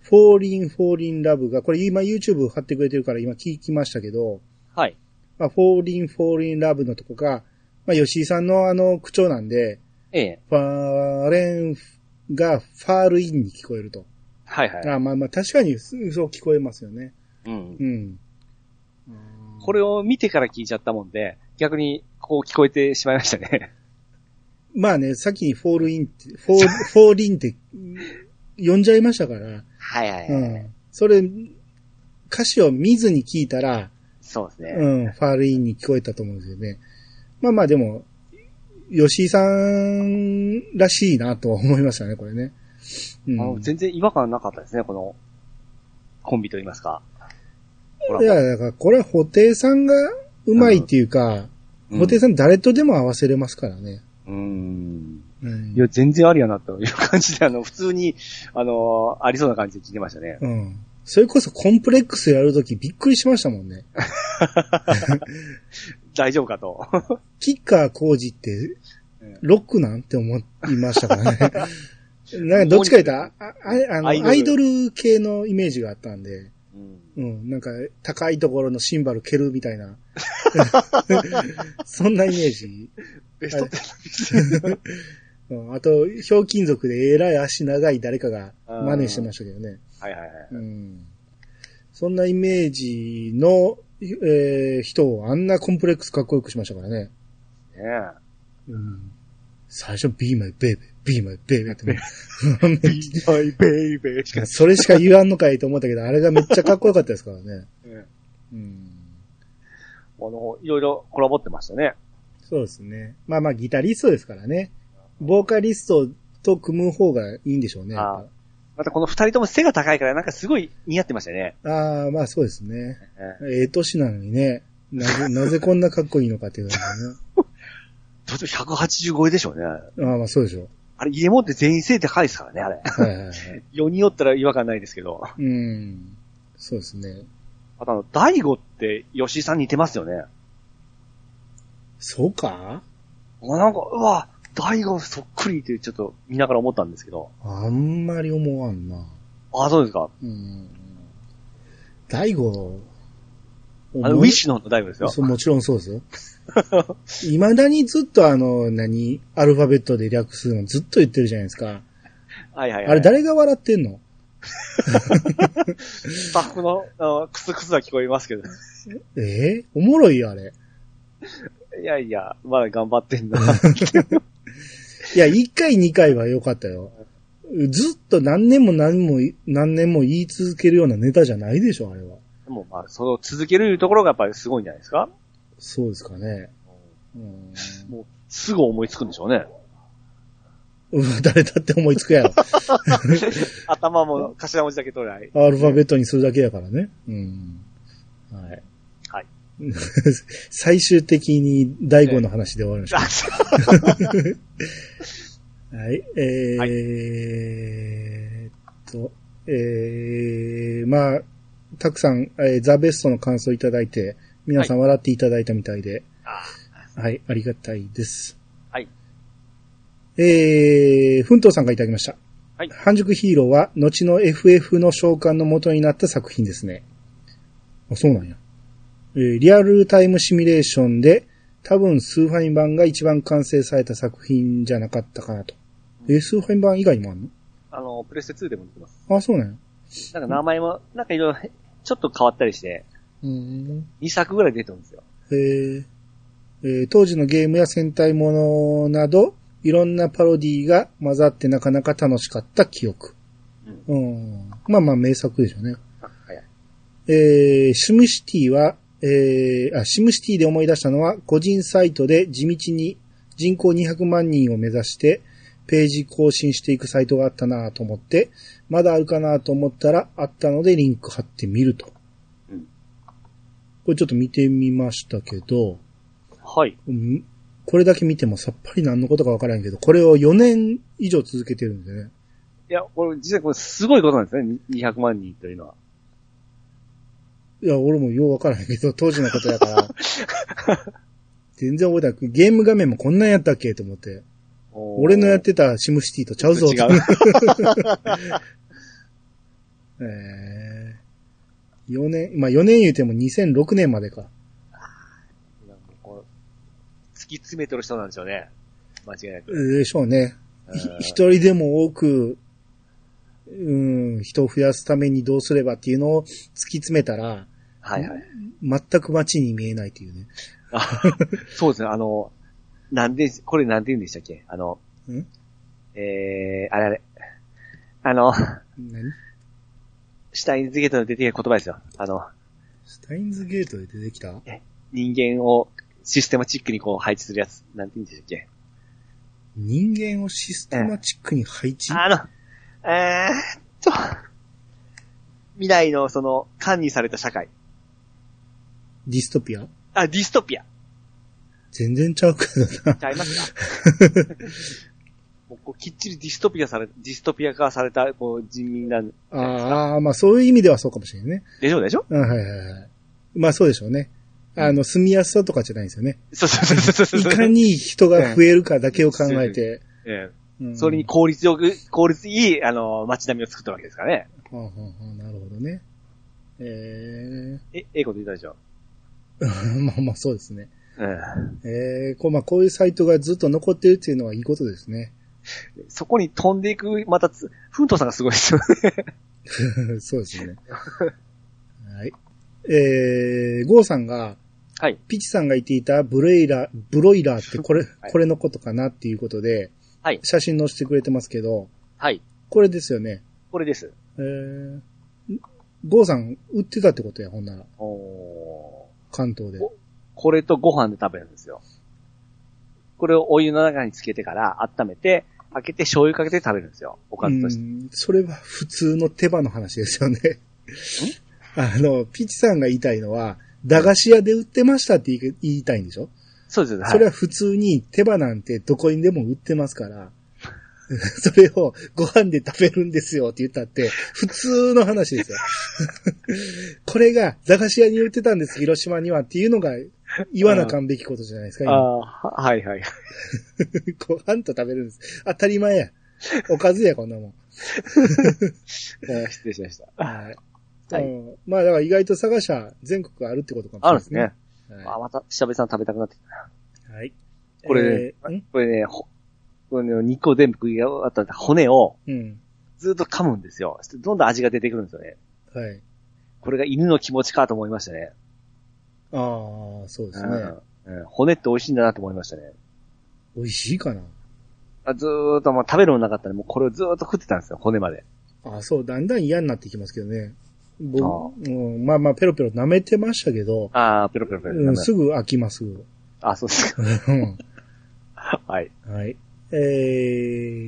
A: フォーリン、フォーリンラブが、これ今 YouTube 貼ってくれてるから今聞きましたけど、
B: はい。
A: まあ、フォーリン、フォーリンラブのとこが、まあ、吉井さんのあの口調なんで、
B: ええ。
A: ファーレンがファールインに聞こえると。
B: はいはい。
A: あまあまあ確かにそう聞こえますよね。
B: うん
A: う。ん。
B: これを見てから聞いちゃったもんで、逆にこう聞こえてしまいましたね。
A: まあね、先にフォールインって、フォー、 フォーリンって呼んじゃいましたから、
B: はいは
A: うん。それ、歌詞を見ずに聞いたら、
B: そうですね。
A: うん、ファールインに聞こえたと思うんですよね。まあまあでも、吉井さんらしいなとは思いましたね、これね。うん
B: あの全然違和感なかったですね、このコンビと言いますか。ほ
A: い
B: ら、
A: や、だからこれ、布袋さんがうまいっていうか、
B: うん
A: 布袋さん誰とでも合わせれますからね。
B: うん。
A: うん
B: いや、全然ありやなという感じで、あの、普通に、あの、ありそうな感じで聞いてましたね。
A: うん。それこそコンプレックスやるときびっくりしましたもんね。
B: 大丈夫かと。
A: キッカー工事って
B: うん、
A: ロックなんって思いま したからね。なんかどっちか言ったら、あああの
B: アイドル
A: アイドル系のイメージがあったんで、
B: うん
A: うん、なんか高いところのシンバル蹴るみたい な。そんなイメージ。
B: ベスト
A: あ
B: テン
A: うんあと、ひょうきん族でえらい足長い誰かが真似してましたけどね。
B: はいはいはい。
A: うん。そんなイメージの、えー人をあんなコンプレックスかっこよくしましたからね。
B: ねえ。
A: うん。最初、be my baby, be my baby ってね
B: my baby しか
A: それしか言わんのかいと思ったけど、あれがめっちゃかっこよかったですからね。
B: ね
A: うん。
B: あの、いろいろコラボってましたね。
A: そうですね。まあまあ、ギタリストですからね。ボーカリストと組む方がいいんでしょうね。
B: あ
A: あ
B: ーまたこの二人とも背が高いからなんかすごい似合ってましたね。
A: あー、まあそうですね。
B: ね
A: ええ年なのにね。な ぜ、なぜこんなかっこいいのかっていうの
B: どうしても180超えでしょうね。
A: ね。ああ、まあそうでしょう。
B: あれ、家もって全員背高いですからね、 あれ。
A: はいはいはい。
B: 4人おったら違和感ないですけど。
A: うん。そうですね。
B: あとあの、大悟って吉井さん似てますよね。
A: そうか
B: なんか、うわ、大悟そっくりってちょっと見ながら思ったんですけど。
A: あんまり思わんな。
B: あ、そうですか。
A: うん。大悟、
B: あの、ウィッシュの方の大悟ですよ。
A: そう、もちろんそう ですよ。未だにずっとあの、何、アルファベットで略すのずっと言ってるじゃないですか。
B: はいはいはい。
A: あれ誰が笑ってんの
B: スタッフの、あの、クスクスは聞こえます けど。
A: ええおもろいよ、あれ。
B: いやいや、まだ頑張って んな。
A: いや、1回2回は良かったよ。ずっと何年も何も、何年も言い続けるようなネタじゃないでしょ、あれは。
B: でもまあ、その続けるところがやっぱりすごいんじゃないですか
A: そうですかね。 うん
B: もう、すぐ思いつくんでしょう ね。
A: うん誰だって思いつくやろ。
B: 頭も頭文字だけ取れ ない。
A: アルファベットにするだけやからね。うん。はい。
B: はい。
A: 最終的に大悟の話で終わりましょう。はい。えー、
B: はい
A: えーっと、えー、まあ、たくさん、えーザ・ベストの感想いただいて、皆さん笑っていただいたみたいで、
B: あ
A: はい、ありがたいです。
B: はい。
A: えー、奮闘さんがいただきました。
B: はい
A: 半熟ヒーローは、後の FF の召喚の元になった作品ですね。あ、そうなんや。えーリアルタイムシミュレーションで、多分スーファイン版が一番完成された作品じゃなかったかなと。えースーファイン版以外にもある
B: あの、プレステ2でも出てます。
A: のあ、そうなんや。
B: なんか名前も、なんかいろいろ、ちょっと変わったりして、
A: うん。
B: 2作ぐらい出てるんですよ。
A: えーえー当時のゲームや戦隊ものなど、いろんなパロディが混ざってなかなか楽しかった記憶。うん。まあまあ名作でしょうね。
B: はい。
A: えーシムシティは、えーあ、シムシティで思い出したのは、個人サイトで地道に人口200万人を目指して、ページ更新していくサイトがあったなぁと思って、まだあるかなぁと思ったらあったのでリンク貼ってみると。
B: うん
A: これちょっと見てみましたけど、
B: はい。
A: うんこれだけ見てもさっぱり何のことかわからんけど、これを4年以上続けてるんでね。
B: いや、これ、実際これすごいことなんですね。に200万人というのは。
A: いや、俺もようわからんけど、当時のことや から。全然覚えてなくゲーム画面もこんなんやったっけと思って。俺のやってたシムシティとちゃうぞ。
B: 違う。
A: えー、4年、まあ4年言うても2006年までか。
B: なんかこう、突き詰めてる人なんでしょうね。間違いなく。
A: でしょうね。
B: うん
A: ひ一人でも多く、うん、人を増やすためにどうすればっていうのを突き詰めたら、
B: は いはい。
A: 全く街に見えないっていうね。
B: あそうですね、あの、なんで、これなんて言うんでしたっけあの、
A: ん
B: えー、あれあれ。あの、
A: 何
B: シュタインズゲートの出てきた言葉ですよ。あの、
A: スタインズゲートで出てきた
B: 人間をシステマチックにこう配置するやつ。なんて言うんでしたっけ
A: 人間をシステマチックに配置、
B: あの、えーっと、未来のその、管理された社会。
A: ディストピア
B: あ、ディストピア。
A: 全然ちゃうけどな。
B: ちゃいます かもうこうきっちりディストピアされ、ディストピア化されたこう人民なん
A: ああ、まあそういう意味ではそうかもしれないね。
B: でしょうでしょ
A: うん、はいはいはい。まあそうでしょうね。あの、住みやすさとかじゃないんですよね。
B: そうそうそうそうそう
A: い
B: そう。
A: かに人が増えるかだけを考えて。
B: え
A: う
B: え
A: ん
B: それに効率よく、効率いい、あの、街並みを作ったわけですからね。
A: はあはあはあなるほどね。ええ
B: え、ええこと言ったでしょ。
A: まあまあそうですね。
B: うん。
A: ええこう、まあこういうサイトがずっと残ってるっていうのはいいことですね。
B: そこに飛んでいく、またつ、ふんとさんがすごいですよね。
A: そうですね。はい。えー、ゴーさんが、
B: はい。
A: ピチさんが言っていたブレイラー、ブロイラーってこれ、
B: はい
A: これのことかなっていうことで、
B: はい
A: 写真載せてくれてますけど、
B: はい。
A: これですよね。
B: これです。
A: えー、ゴーさん売ってたってことや、ほんなら。
B: お
A: 関東で。
B: おこれとご飯で食べるんですよ。これをお湯の中につけてから温めて、開けて醤油かけて食べるんですよ。おかずとして。
A: うんそれは普通の手羽の話ですよね。 あの、ピチさんが言いたいのは、駄菓子屋で売ってましたって言い言いたいんでしょ、
B: そうです。はい、
A: それは普通に手羽なんてどこにでも売ってますから、 それをご飯で食べるんですよって言ったって、普通の話ですよ。 これが駄菓子屋に売ってたんです、広島にはっていうのが言わなかんべきことじゃないですか、
B: あ
A: 今
B: あ、ははいはい。
A: ご飯と食べるんです。当たり前や。おかずや、こんなもん。
B: 失礼しました。
A: はい。
B: はい
A: うんまあだから意外と佐賀社全国あるってことかも
B: あるんで
A: し
B: す
A: れない
B: ね
A: で。
B: あ、
A: は
B: また、しゃべさん食べたくなってきた。
A: い。はい。
B: これ
A: えーん
B: これね、ほこれね、2個全部食い終わった骨を
A: うん。
B: ずっと噛むんですよ。どんどん味が出てくるんですよね。
A: はい。
B: これが犬の気持ちかと思いましたね。
A: ああ、そうです
B: う
A: ね。
B: んうん骨って美味しいんだなと思いましたね。
A: 美味しいかな。
B: あずーっと、まあ、食べるのなかったら、もうこれをずーっと食ってたんですよ、骨まで。
A: ああ、そう、だんだん嫌になってきますけどね。僕
B: あ
A: うん、まあまあ、ペロペロ舐めてましたけど、
B: ああ、ペロペロペロ。
A: うん、すぐ飽きます。うん
B: あ、そ うですか。はい。
A: はい。え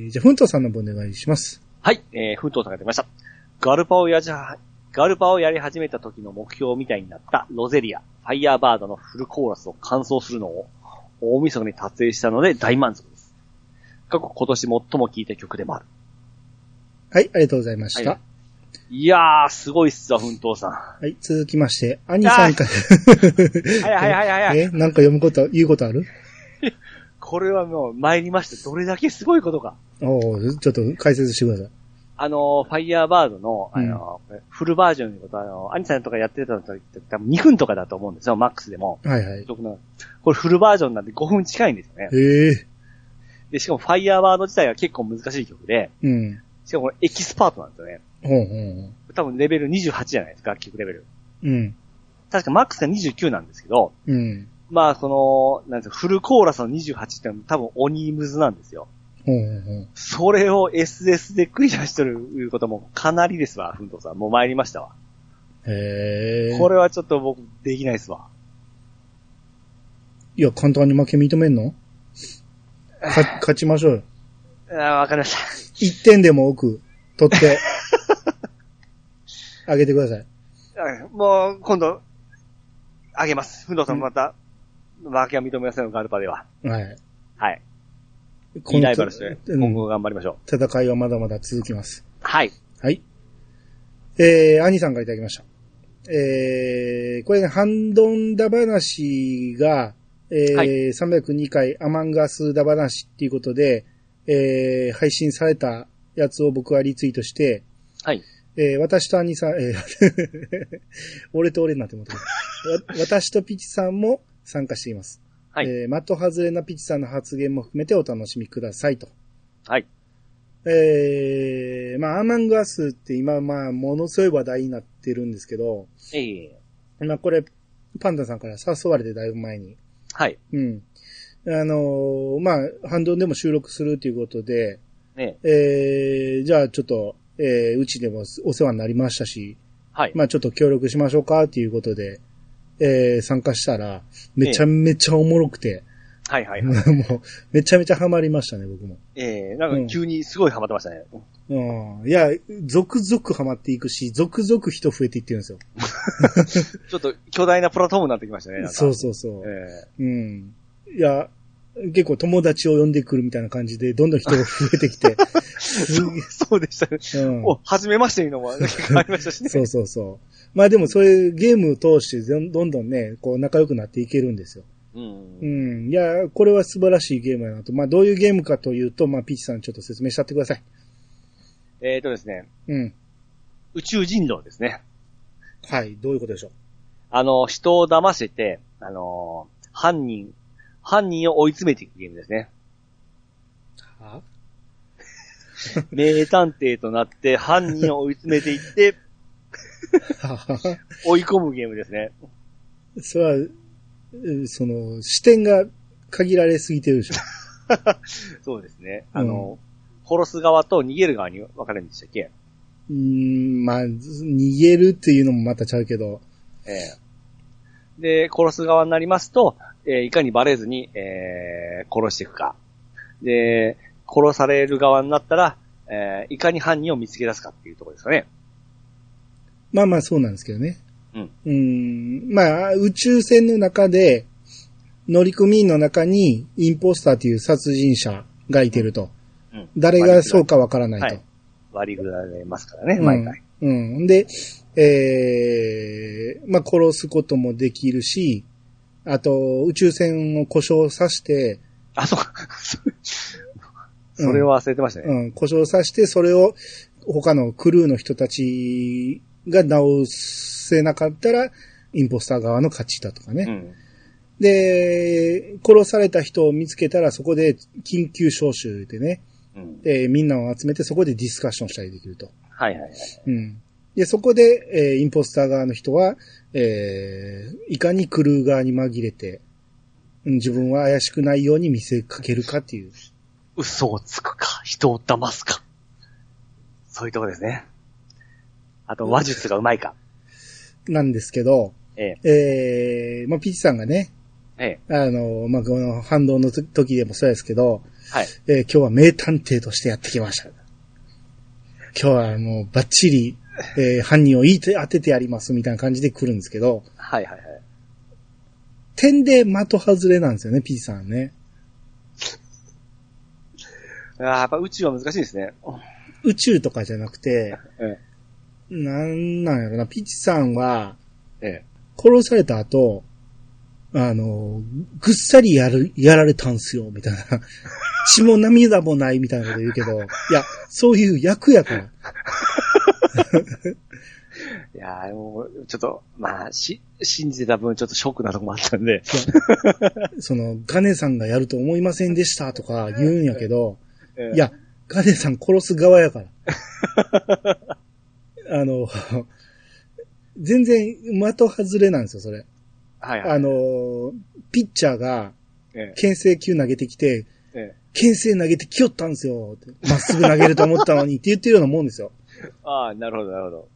A: ー、じゃあ、ふんとさんの分お願いします。
B: はい、えー、封筒さんが出ました。ガルパをやじゃ、ガルパをやり始めた時の目標みたいになったロゼリア、ファイヤーバードのフルコーラスを完走するのを大晦日に達成したので大満足です。過去今年最も聴いた曲でもある。
A: はい、ありがとうございました。
B: は
A: はいい、
B: いやー、すごいっすわ、奮闘さん。は
A: 続きまして、兄さんか
B: いはいはいはい
A: ら、
B: は い。
A: え、なんか読むこと、言うことある
B: これはもう参りまして、どれだけすごいことか。
A: おーちょっと解説してください。
B: あのー、ファイヤーバードの、あのーフルバージョンのこと、あのー、アニさんとかやってたのと多分2分とかだと思うんですよ、マックスでも。
A: はいはい。
B: 僕のこれフルバージョンなんで5分近いんですよね。
A: ええ
B: で、しかもファイヤーバード自体は結構難しい曲で、
A: うん。
B: しかもこれエキスパートなんですよね。
A: ほうほ
B: 多分レベル28じゃないですか、楽曲レベル。
A: う。うん。
B: 確かマックスが29なんですけど、
A: うん。
B: まあその、なんていうのフルコーラスの28って多分鬼ムズなんですよ。
A: ほうほうほう。
B: それを SS でクリアしとるいうこともかなりですわ、ふんとうさん。もう参りましたわ。
A: へえ。
B: これはちょっと僕できないですわ。
A: いや、簡単に負け認めんのか、勝ちましょうよ。
B: あーわかりました。
A: 1点でも多く取って、 あげてください。
B: うんもう今度、あげます。ふんとうさんもまた、負けは認めませんよ、ガルパでは。
A: はい。
B: はい。
A: こ
B: いい
A: の
B: ライバルですね。
A: うん
B: 今後頑張りましょう。
A: 戦いはまだまだ続きます。
B: はい。
A: はい。えー、兄さんからいただきました。えー、これね、ハンドンダ話が、えー
B: はい
A: 302回アマンガスダ話っていうことで、えー、配信されたやつを僕はリツイートして、
B: はい。
A: えー、私と兄さん、えー、 俺と俺になってもうたわ私とピチさんも参加しています。
B: はい
A: えー、的外れなピチさんの発言も含めてお楽しみくださいと。
B: はい。
A: えー、まあ、アーマングアスって今、まあ、ものすごい話題になってるんですけど、
B: ええ
A: まあ、これ、パンダさんから誘われてだいぶ前に。
B: はい。
A: うん。あのーまあ、ハンドンでも収録するということで、
B: ねえ
A: えー、じゃあちょっと、えー、うちでもお世話になりましたし、
B: はい。
A: まあ、ちょっと協力しましょうかということで、えー、参加したら、めちゃめちゃおもろくて、
B: はいはいは い。
A: もう、めちゃめちゃハマりましたね、僕も。
B: ええなんか急にすごいハマってましたね。
A: うんいや、続々ハマっていくし、続々人増えていってるんですよ。
B: ちょっと巨大なプラットフォームになってきましたね。なんか
A: そうそうそう。
B: え
A: うん。いや、結構友達を呼んでくるみたいな感じで、どんどん人が増えてきて。
B: え そうでしたね。
A: うん、
B: お、初めましていうのも結 構ありましたしね。
A: そうそうそう。まあでもそういうゲームを通してどんどんどんね、こう仲良くなっていけるんですよ。
B: う。
A: うんん。いや、これは素晴らしいゲームやなと。まあどういうゲームかというと、まあピッチさんちょっと説明しちゃってください。
B: えっとですね、
A: うん。
B: 宇宙人狼ですね。
A: はい。どういうことでしょ
B: あの、人を騙してて、あのー、犯人、 犯人を追い詰めていくゲームですね。
A: うは
B: 名探偵となって犯人を追い詰めていって、追い込むゲームですね。
A: それは、えその、視点が限られすぎてる でしょ。
B: そうですね。あの、殺す側と逃げる側に分かれるんでしたっけ
A: うーん、まあ、逃げるっていうのもまたちゃうけど、
B: ええで、殺す側になりますと、えーいかにバレずに、えー殺していくか。で、殺される側になったら、えーいかに犯人を見つけ出すかっていうところですかね。
A: まあまあそうなんですけどね。
B: うん。
A: ん。まあ、宇宙船の中で、乗組員の中にインポスターという殺人者がいてると。
B: うん。
A: 誰がそうかわからな
B: はいい
A: と。。
B: 割り振られますからね、毎回。
A: うん。うん。で、えー、まあ殺すこともできるし、あと、宇宙船を故障させて、
B: あ、そうか。 それは忘れてましたね。
A: うん、故障させて、それを他のクルーの人たちが直せなかったら、インポスター側の勝ちだとかね。
B: うん。
A: で、殺された人を見つけたらそこで緊急招集でね、
B: うん。
A: えーみんなを集めてそこでディスカッションしたりできると。
B: はいはいはい。
A: うん。で、そこで、えーインポスター側の人は、えーいかにクルー側に紛れて、うん自分は怪しくないように見せかけるかっていう。
B: 嘘をつくか、人を騙すか。そういうとこですね。あと、話術がうまいか。
A: なんですけど、
B: え
A: えーまあ、ピッチさんがね、
B: え、ええ、
A: あの、まあ、この反動の時でもそうですけど、
B: はい。
A: えー今日は名探偵としてやってきました。今日はもうバッチリ、えー犯人を言いて当ててやりますみたいな感じで来るんですけど、
B: はいはいはい。
A: 点で的外れなんですよね、ピーさんね。
B: あーやっぱ宇宙は難しいですね。
A: 宇宙とかじゃなくて、
B: え
A: なんなんやろな、ピチさんは
B: え、え
A: 殺された後、あの、ぐっさりやる、やられたんすよ、み たいな。血も涙もないみたいなこと言うけど、いや、そういう役やから。
B: え。いやーもう、ちょっと、まあ、し、信じてた分ちょっとショックなとこもあったんで。
A: その、ガネさんがやると思いませんでしたとか言うんやけど、
B: ええ
A: い、や、ガネさん殺す側やから。 あの、全然的外れなんですよ、それ。
B: はいはい。
A: あ、の、ピッチャーが、
B: え
A: 牽制球投げてきて、
B: え、え
A: 牽制投げてきよったんですよ。ってまっすぐ投げると思ったのにって言ってるようなもんですよ。
B: え。ああ、なるほどなるほど。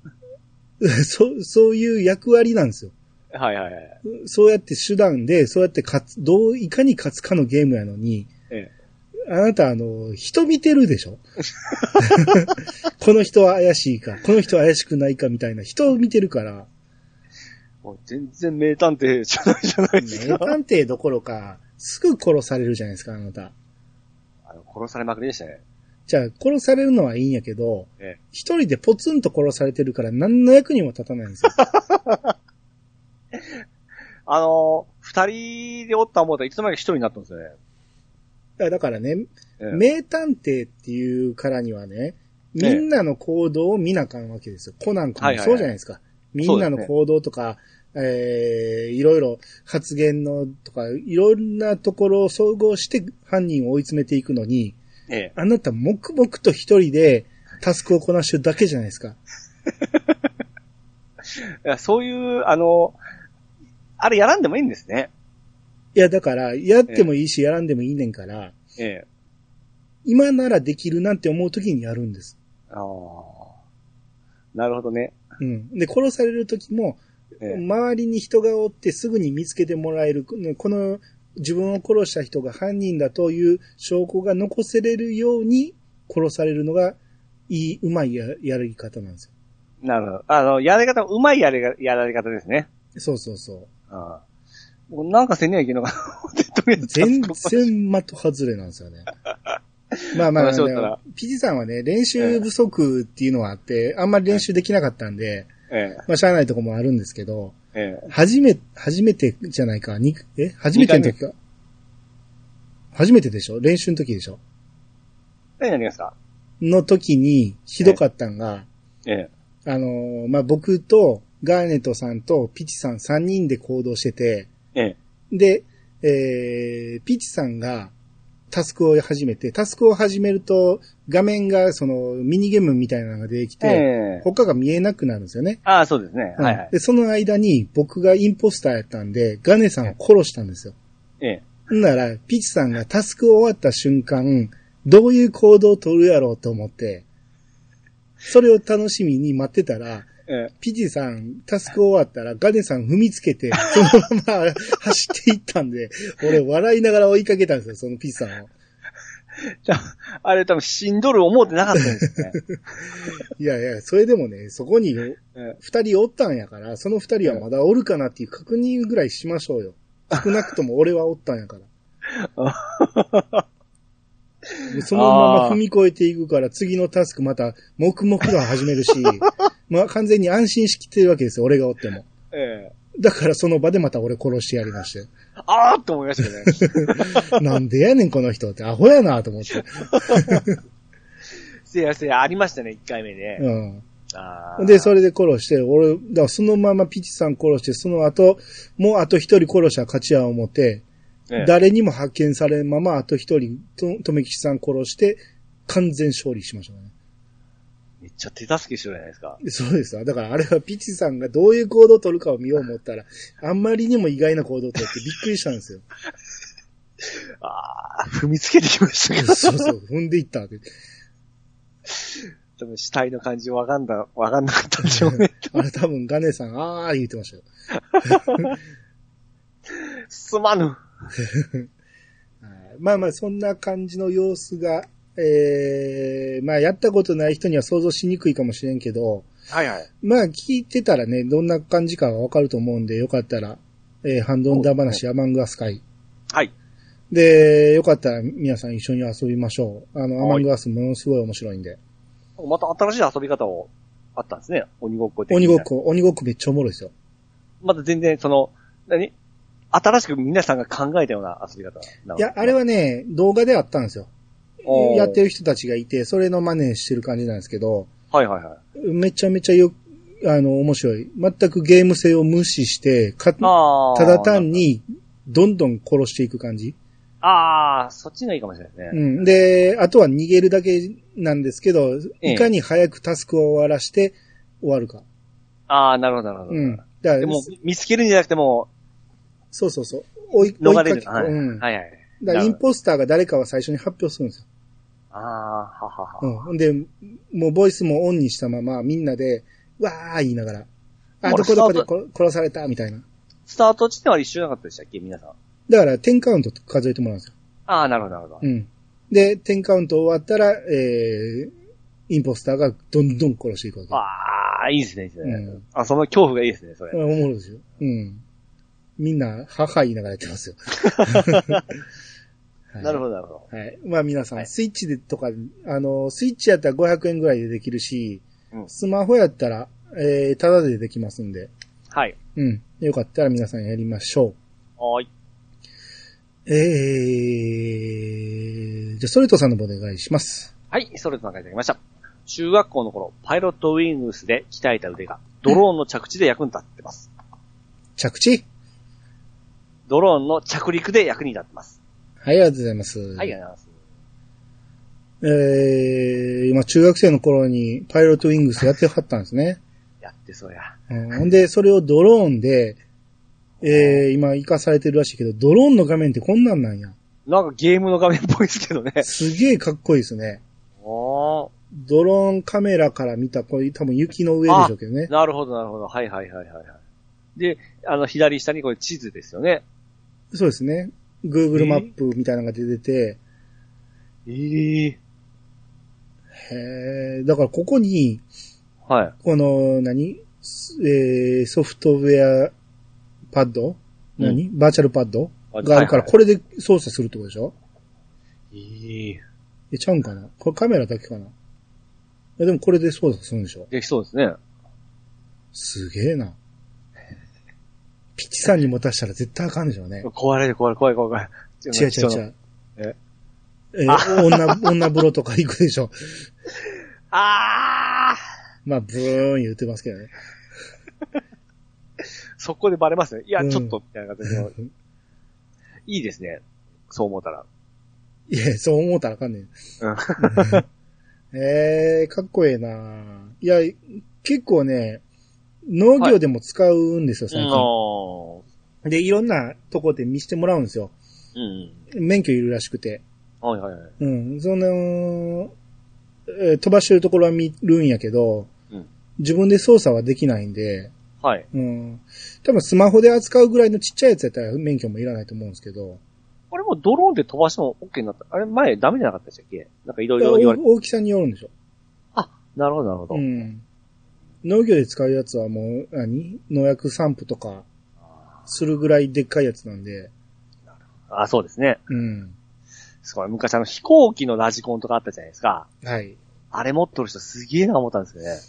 A: そう、そういう役割なんですよ。
B: はいはいはい。
A: そうやって手段で、そうやって勝つ、どう、いかに勝つかのゲームやのに、
B: え
A: あなた、あの、人見てるでしょ この人は怪しいか、この人は怪しくないかみたいな人を見てる から、
B: え。もう全然名探偵じゃないじゃないです
A: 名
B: か。
A: 探偵どころか、すぐ殺されるじゃないですか、あなた。
B: あの殺されまくりでしたね。
A: じゃあ、殺されるのはいいんやけど
B: ええ、
A: 一人でポツンと殺されてるから何の役にも立たないんですよ。
B: あのー、二人でおった思うたらいつの間にか一人になったんですよね。
A: いやだからね、
B: ええ
A: 名探偵っていうからにはね、みんなの行動を見なあかんわけですよ。コナン君もそうじゃないですか。みんなの行動とか、えーいろいろ発言のとか、いろんなところを総合して犯人を追い詰めていくのに、
B: ええ。
A: あなた黙々と一人でタスクをこなしてるだけじゃないですか。
B: いや、そういう、あの、あれやらんでもいいんですね。
A: いや、だから、やってもいいし、やらんでもいいねんから、
B: ええ。
A: 今ならできるなんて思う時にやるんです。
B: ああ。なるほどね。
A: うん。で、殺される時も、
B: ええ。
A: 周りに人がおってすぐに見つけてもらえる、ねこの自分を殺した人が犯人だという証拠が残せれるように殺されるのがいい、うまいややり方なんですよ。
B: なるほど。あの、やられ方、うまいやれが、やられ方ですね。
A: そうそうそう。
B: ああ。もうなんかせんにはいけんのかな って、とりあえず
A: 全然的外れなんですよね。まあまあ、
B: 話しとったら
A: ピジさんはね、練習不足っていうのはあって、あんまり練習できなかったんで、
B: え
A: まあ、しゃあないとこもあるんですけど、
B: え。ええ。
A: 初め、初めてじゃないか、にえ初めての時か。初めてでしょ練習の時でしょ
B: 何やりますか
A: の時にひどかったんが、
B: ええ。
A: あのーまあ、僕とガーネットさんとピチさん3人で行動してて、
B: ええ。
A: で、えー、ピチさんがタスクを始めて、タスクを始めると、画面がそのミニゲームみたいなのが出てきて、
B: ええ
A: 他が見えなくなるんですよね。
B: ああ、そうですね。はいは
A: うん
B: い。
A: で、その間に僕がインポスターやったんで、ガネさんを殺したんですよ。
B: ええ。
A: んなら、ピチさんがタスク終わった瞬間、どういう行動を取るやろうと思って、それを楽しみに待ってたら、
B: ええ
A: ピチさん、タスク終わったら、ガネさん踏みつけて、そのま ま走っていったんで、俺笑いながら追いかけたんですよ、そのピチさんを。
B: じゃあ、あれ多分死んどる思うてなかったんで すね。
A: いやいや、それでもね、そこに
B: え
A: 二人おったんやから、その二人はまだおるかなっていう確認ぐらいしましょうよ。少なくとも俺はおったんやから。そのまま踏み越えていくから、次のタスクまた、黙々と始めるし、まあ完全に安心しきってるわけですよ、俺がおっても。
B: ええ
A: だからその場でまた俺殺してやりまして。
B: えああって思いましたけどね。
A: なんでやねん、この人って。アホやなと思って。
B: せやせや、ありましたね、1回目で。
A: うん。
B: ああ
A: で、それで殺して、俺、だからそのままピチさん殺して、その後、もうあと一人殺したら勝ちや思って、
B: ええ
A: 誰にも発見されんまま、あと一人、と、とめきちさん殺して、完全勝利しましたね。
B: めっちゃ手助けしろじゃないですか。
A: そうですわ。だからあれはピチさんがどういう行動を取るかを見よう思ったら、あんまりにも意外な行動を取ってびっくりしたんですよ。
B: ああ、踏みつけてきましたけ ど。
A: そうそう、踏んでいったわけ。
B: 多分死体の感じわかんだ、わかんなかったんでしょうね。
A: あれ多分ガネさん、あー言ってましたよ。
B: すまぬ。
A: はいまあまあ、そんな感じの様子が、えー、まあやったことない人には想像しにくいかもしれんけど、
B: はいはい。
A: まあ聞いてたらね、どんな感じかはわかると思うんで、よかったら、えー、ハンドンダ話、アマングアス会。
B: はい。
A: で、よかったら皆さん一緒に遊びましょう。あの、
B: はい
A: アマングアスものすごい面白いんで。
B: また新しい遊び方を、あったんですね。鬼ごっこ的な
A: 鬼ごっ。こ、鬼ごっこめっちゃおもろいですよ。
B: まだ全然、その、何新しく皆さんが考えたような遊び方なの
A: いや、あれ、はね、動画であったんですよ。
B: おー
A: やってる人たちがいて、それの真似してる感じなんですけど、
B: はいはいはい。
A: めちゃめちゃよ、あの、面白い。全くゲーム性を無視して、かた
B: ああ。
A: だ単。に、どんどん殺していく感じ。
B: ああ、そっちがいいかもしれないで
A: う
B: すね。
A: ん。で、あとは逃げるだけなんですけど、
B: ええ
A: いかに早くタスクを終わらして終わるか。
B: ああ、なるほどなるほど。
A: うん。だから
B: でも、見つけるんじゃなくても、
A: そうそうそう。追い、
B: 逃
A: 追
B: れ
A: いか
B: る。
A: け、
B: はい、
A: うん。
B: はいはい。
A: だからインポスターが誰かは最初に発表するんですよ。
B: ああ、ははは。
A: うん。で、もうボイスもオンにしたまま、みんなで、わー言いながら、あ、
B: もう
A: どこどこ
B: スタ
A: で
B: ー
A: こ殺された、みたいな。
B: スタート地点は一緒じゃなかったでしたっけ皆さん。
A: だから、10カウント数えてもらうんですよ。
B: ああ、なるほど、なるほど。
A: うん。で、10カウント終わったら、えー、インポスターがどんどん殺していくわけ。
B: ああ、いいですね、いいですね、
A: うん
B: あ、その恐怖がいいですね、それ。
A: あおもろいですよ。うん。みんな、はは言いながらやってます よ。
B: なる
A: ほ
B: ほど、なるほど。
A: ど。はい。まあ皆さん、
B: はい
A: スイッチでとか、あの、スイッチやったら500円ぐらいでできるし、
B: うん
A: スマホやったら、えー、ただでできますんで、
B: はい。
A: うん。よかったら皆さんやりましょ
B: おーい。
A: う。えー、じゃあ、ソルトさんの方でお願いします。
B: はい、それとなんかいただきました。中学校の頃、パイロットウィングスで鍛えた腕が、ドローンの着地で役に立ってます。
A: 着地
B: ドローンの着陸で役に立ってます。
A: はい、ありがとうございます。
B: はい、ありがとうございます。
A: えー、今、中学生の頃にパイロットウィングスやってはったんですね。
B: やってそうや。
A: うんほんで、それをドローンで、えー、今、活かされてるらしいけど、ドローンの画面ってこんなんなんや。
B: なんかゲームの画面っぽいです けどね。
A: すげえかっこいいですね。
B: おー。
A: ドローンカメラから見た、これ多分雪の上でしょうけどね。
B: なるほど、なるほど。はいはいはいはい。はいで、あの、左下にこれ地図ですよね。
A: そうですね。
B: え
A: Google
B: ー
A: マップみたいなのが出てて、
B: ええ
A: へーだからここに、
B: はい。
A: この、何すえー、ソフトウェアパッド何、バーチャルパッドがあるから、
B: はいはい
A: これで操作するってことでしょ
B: ええ
A: え、ちゃうんかなこれカメラだけかないやでもこれで操作するんでしょ
B: できそうですね。
A: すげえな。ピッチさんに持たしたら絶対あかんでしょうね。
B: 壊れる、壊れる、怖い、怖い、怖い。
A: 違う違う違
B: 人の。
A: う。えー、女、女風呂とか行くでしょ。
B: あ
A: まあ、ブーン言ってますけどね。
B: ーそこでバレますね。いや、
A: うん
B: ちょっと、みたいな形の。いいですね。そう思ったら。
A: いや、そう思うたらあかんねん。えー、かっこええないや、結構ね、農業でも使うんですよ、
B: う
A: 最
B: ん。
A: 近。
B: お
A: で、いろんなとこで見してもらうんですよ。
B: ーうん。
A: 免許いるらしくて。
B: はいはいはい。
A: うん、その、えー飛ばしてるところは見るんやけど、
B: うん
A: 自分で操作はできないんで、
B: はい。
A: うん、多分スマホで扱うぐらいのちっちゃいやつやったら免許もいらないと思うんですけど、
B: これもドローンで飛ばしても OK になった。あれ、前ダメじゃなかったでしたっけなんかいろいろ言われて。
A: 大大きさによるんでしょ。
B: なるほど、なるほど。
A: うん、農業で使うやつはもう、何農薬散布とかするぐらいでっかいやつなんで、
B: あ、そうですね。
A: うん。
B: すごい。昔あの飛行機のラジコンとかあったじゃないですか。
A: はい。
B: あれ持ってる人すげえな思ったんですよね。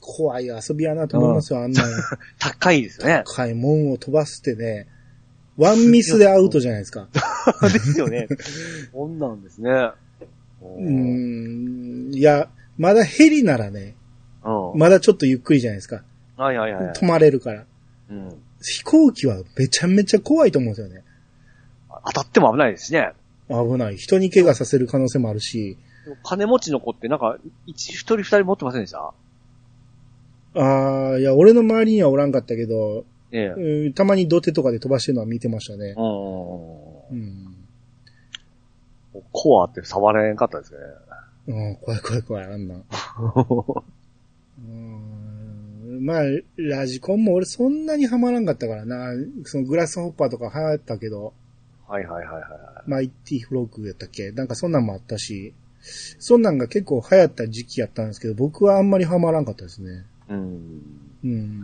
A: 怖い遊びやなと思いますよ、あんな
B: 高いですよね。
A: 高いもんを飛ばすってね、ワンミスでアウトじゃないですか。
B: です よね。こんなんですね。おー
A: うーんいや、まだヘリならね、
B: うん。
A: まだちょっとゆっくりじゃないですか。
B: はいはいはいはい。
A: 止まれるから。
B: うん。
A: 飛行機はめちゃめちゃ怖いと思うんですよね。
B: 当たっても危ないですしね。
A: 危ない。人に怪我させる可能性もあるし。
B: 金持ちの子ってなんか、一、一人二人持ってませんでした
A: ああ、いや、俺の周りにはおらんかったけど、
B: ええ。うん。
A: うんたまに土手とかで飛ばしてるのは見てましたね。うん。
B: コアって触れんかったですね。
A: うん、怖い怖い怖い、あんな。うーんまあ、ラジコンも俺そんなにハマらんかったからな。そのグラスホッパーとか流行ったけど。
B: はいはいはいはい。
A: マイティフロークやったっけなんかそんなんもあったし、そんなんが結構流行った時期やったんですけど、僕はあんまりハマらんかったですね。
B: うん。
A: うん。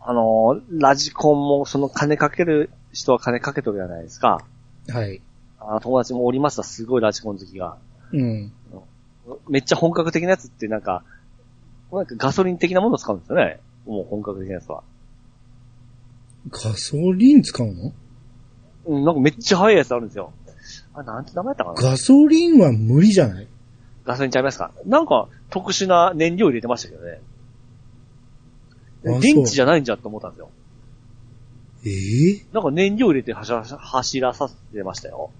B: あのー、ラジコンもその金かける人は金かけとるじゃないですか。
A: はい。
B: あの友達もおりました、すごいラジコン好きが。
A: うん。
B: めっちゃ本格的なやつってなんか、なんかガソリン的なものを使うんですよね。もう本格的なやつは。
A: ガソリン使うの
B: うん、なんかめっちゃ速いやつあるんですよ。あ、なんて名前やったかな
A: ガソリンは無理じゃない
B: ガソリンちゃいますかなんか特殊な燃料入れてましたけどね。
A: あ
B: 電池じゃないんじゃんと思ったんですよ。
A: ええ
B: なんか燃料入れて走らさ走らさせてましたよ。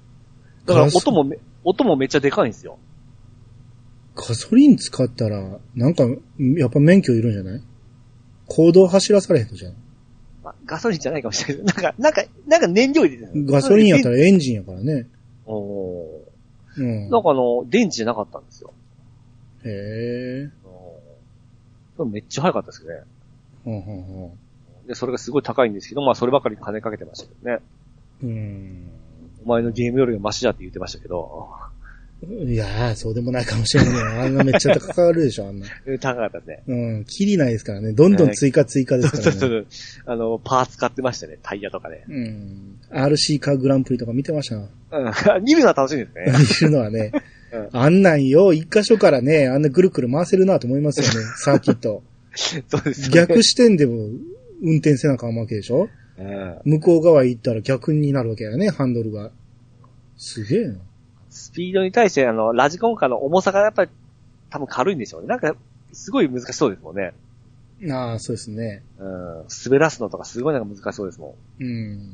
B: だから
A: ガソ
B: 音もめ、音もめっちゃでかいんですよ。
A: ガソリン使ったら、なんか、やっぱ免許いるんじゃない行動走らされへんのじゃん。
B: まあ、ガソリンじゃないかもしれないけど、なんか、なんか、なんか燃料入れてる
A: ガソリンやった
B: ら。
A: らエンジンやからね。
B: おー
A: うん。
B: なんかあの、電池じゃなかったんですよ。
A: へえ。
B: うんめっちゃ速かったですけどね。
A: ほんほんほん。
B: で、それがすごい高いんですけど、まあそればかりに金かけてましたけどね。
A: うん。
B: お前のゲームよりもマシだって言ってましたけど、
A: いやー、そうでもないかもしれない。あんなめっちゃ高かるでしょ、あんな。
B: え高かったですね。
A: うん、キリないですからね。どんどん追加追加ですか
B: そう
A: ら
B: そ
A: ね。
B: うそう。あの、パーツ買ってましたね。タイヤとかね。
A: うん。RC カーグランプリとか見てましたな。
B: うん。 見るのは楽しいですね。
A: 見るのはね
B: うん。
A: あんなんよ、一箇所からね、あんなぐるぐる回せるなと思いますよ ね、サーキット。
B: そうですね。
A: 逆視点でも運転せなあかんわけでしょ
B: うん。
A: 向こう側行ったら逆になるわけやね、ハンドルが。すげえな。
B: スピードに対して、あの、ラジコンカーの重さがやっぱり多分軽いんでしょうね。なんか、すごい難しそうですもんね。
A: ああ、そうですね。
B: うん。滑らすのとかすごいなんか難しそうですもん。
A: うん。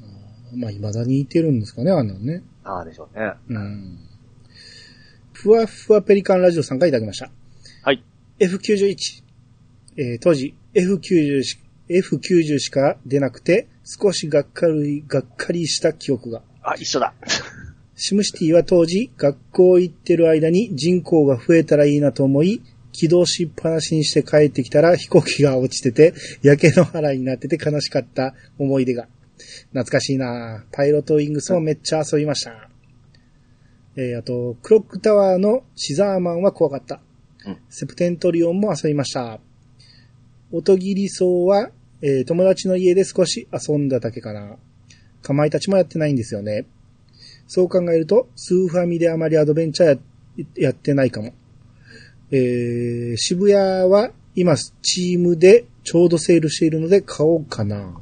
A: あーまあ、未だにいてるんですかね、あんなんね。
B: ああでしょうね。
A: うんふわふわペリカンラジオさんからいただきました。
B: はい。
A: F91。えー当時、F90 し、F90 しか出なくて、少しがっかり、がっかりした記憶が。
B: あ、一緒だ。
A: シムシティは当時、学校行ってる間に人口が増えたらいいなと思い、起動しっぱなしにして帰ってきたら飛行機が落ちてて、 焼け野原になってて悲しかった思い出が。懐かしいなぁパイロットウィングスもめっちゃ遊びました。えー、あと、クロックタワーのシザーマンは怖かった。
B: うん
A: セプテントリオンも遊びました。音切り層は、えー友達の家で少し遊んだだけかな。かまいたちもやってないんですよね。そう考えると、スーファミであまりアドベンチャーややってないかも。えー、渋谷は今、スチームでちょうどセールしているので買おうかな。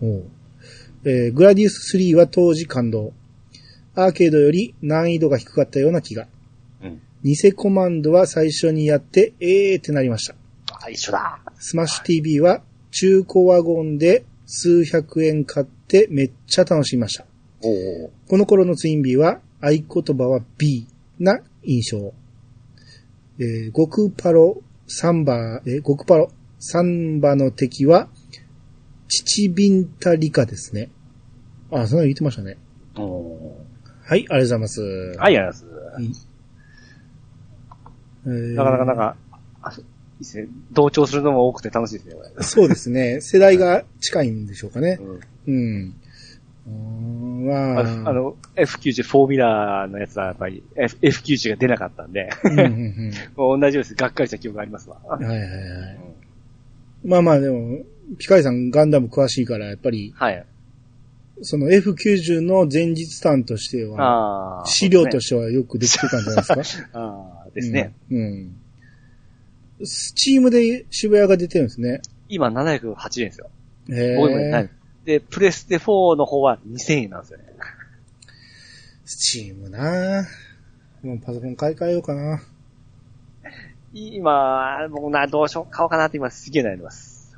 A: おうえー、グラディウス3は当時感動。アーケードより難易度が低かったような気が。
B: うん。
A: 偽コマンドは最初にやって、えーってなりました。
B: あ、一緒だ。
A: スマッシュ TV は中古ワゴンで数百円買ってめっちゃ楽しみました。
B: おお。
A: この頃のツインビーは合言葉は B な印象。えー極パロ、サンバ、えー極パロ、サンバの敵は、チチビンタリカですね。あ、そんなの言ってましたね。
B: おお。
A: はい、ありがとうございます。
B: はい、ありがとうございます。
A: えー
B: なかなかなんか、あいいですね。同調するのも多くて楽しいですね、これ。
A: そうですね。世代が近いんでしょうかね。
B: うん
A: うん。うーん、まあ。
B: ああの、F90、フォーミュラーのやつはやっぱり F- F90 が出なかったんで、
A: うんうん
B: もう同じようです。がっかりした記憶がありますわ。
A: うん。はいはいは
B: う
A: い。
B: ん
A: まあまあでも、ピカイさんガンダム詳しいから、やっぱり、
B: はい。
A: その F90 の前日談としては、
B: ああ。
A: 資料と
B: し
A: してはよくできてたんじゃないですか。
B: て。ああ、ですね。。
A: うん。うんスチームで渋谷が出てるんですね。
B: 今708円ですよ。
A: へ
B: 僕もねはい
A: え。
B: で、プレステ4の方は2000円なんですよね。
A: スチームなもうパソコン買い替えようかな。
B: 今、僕な、どうしよう、買おうかなって今すげえ悩んでます。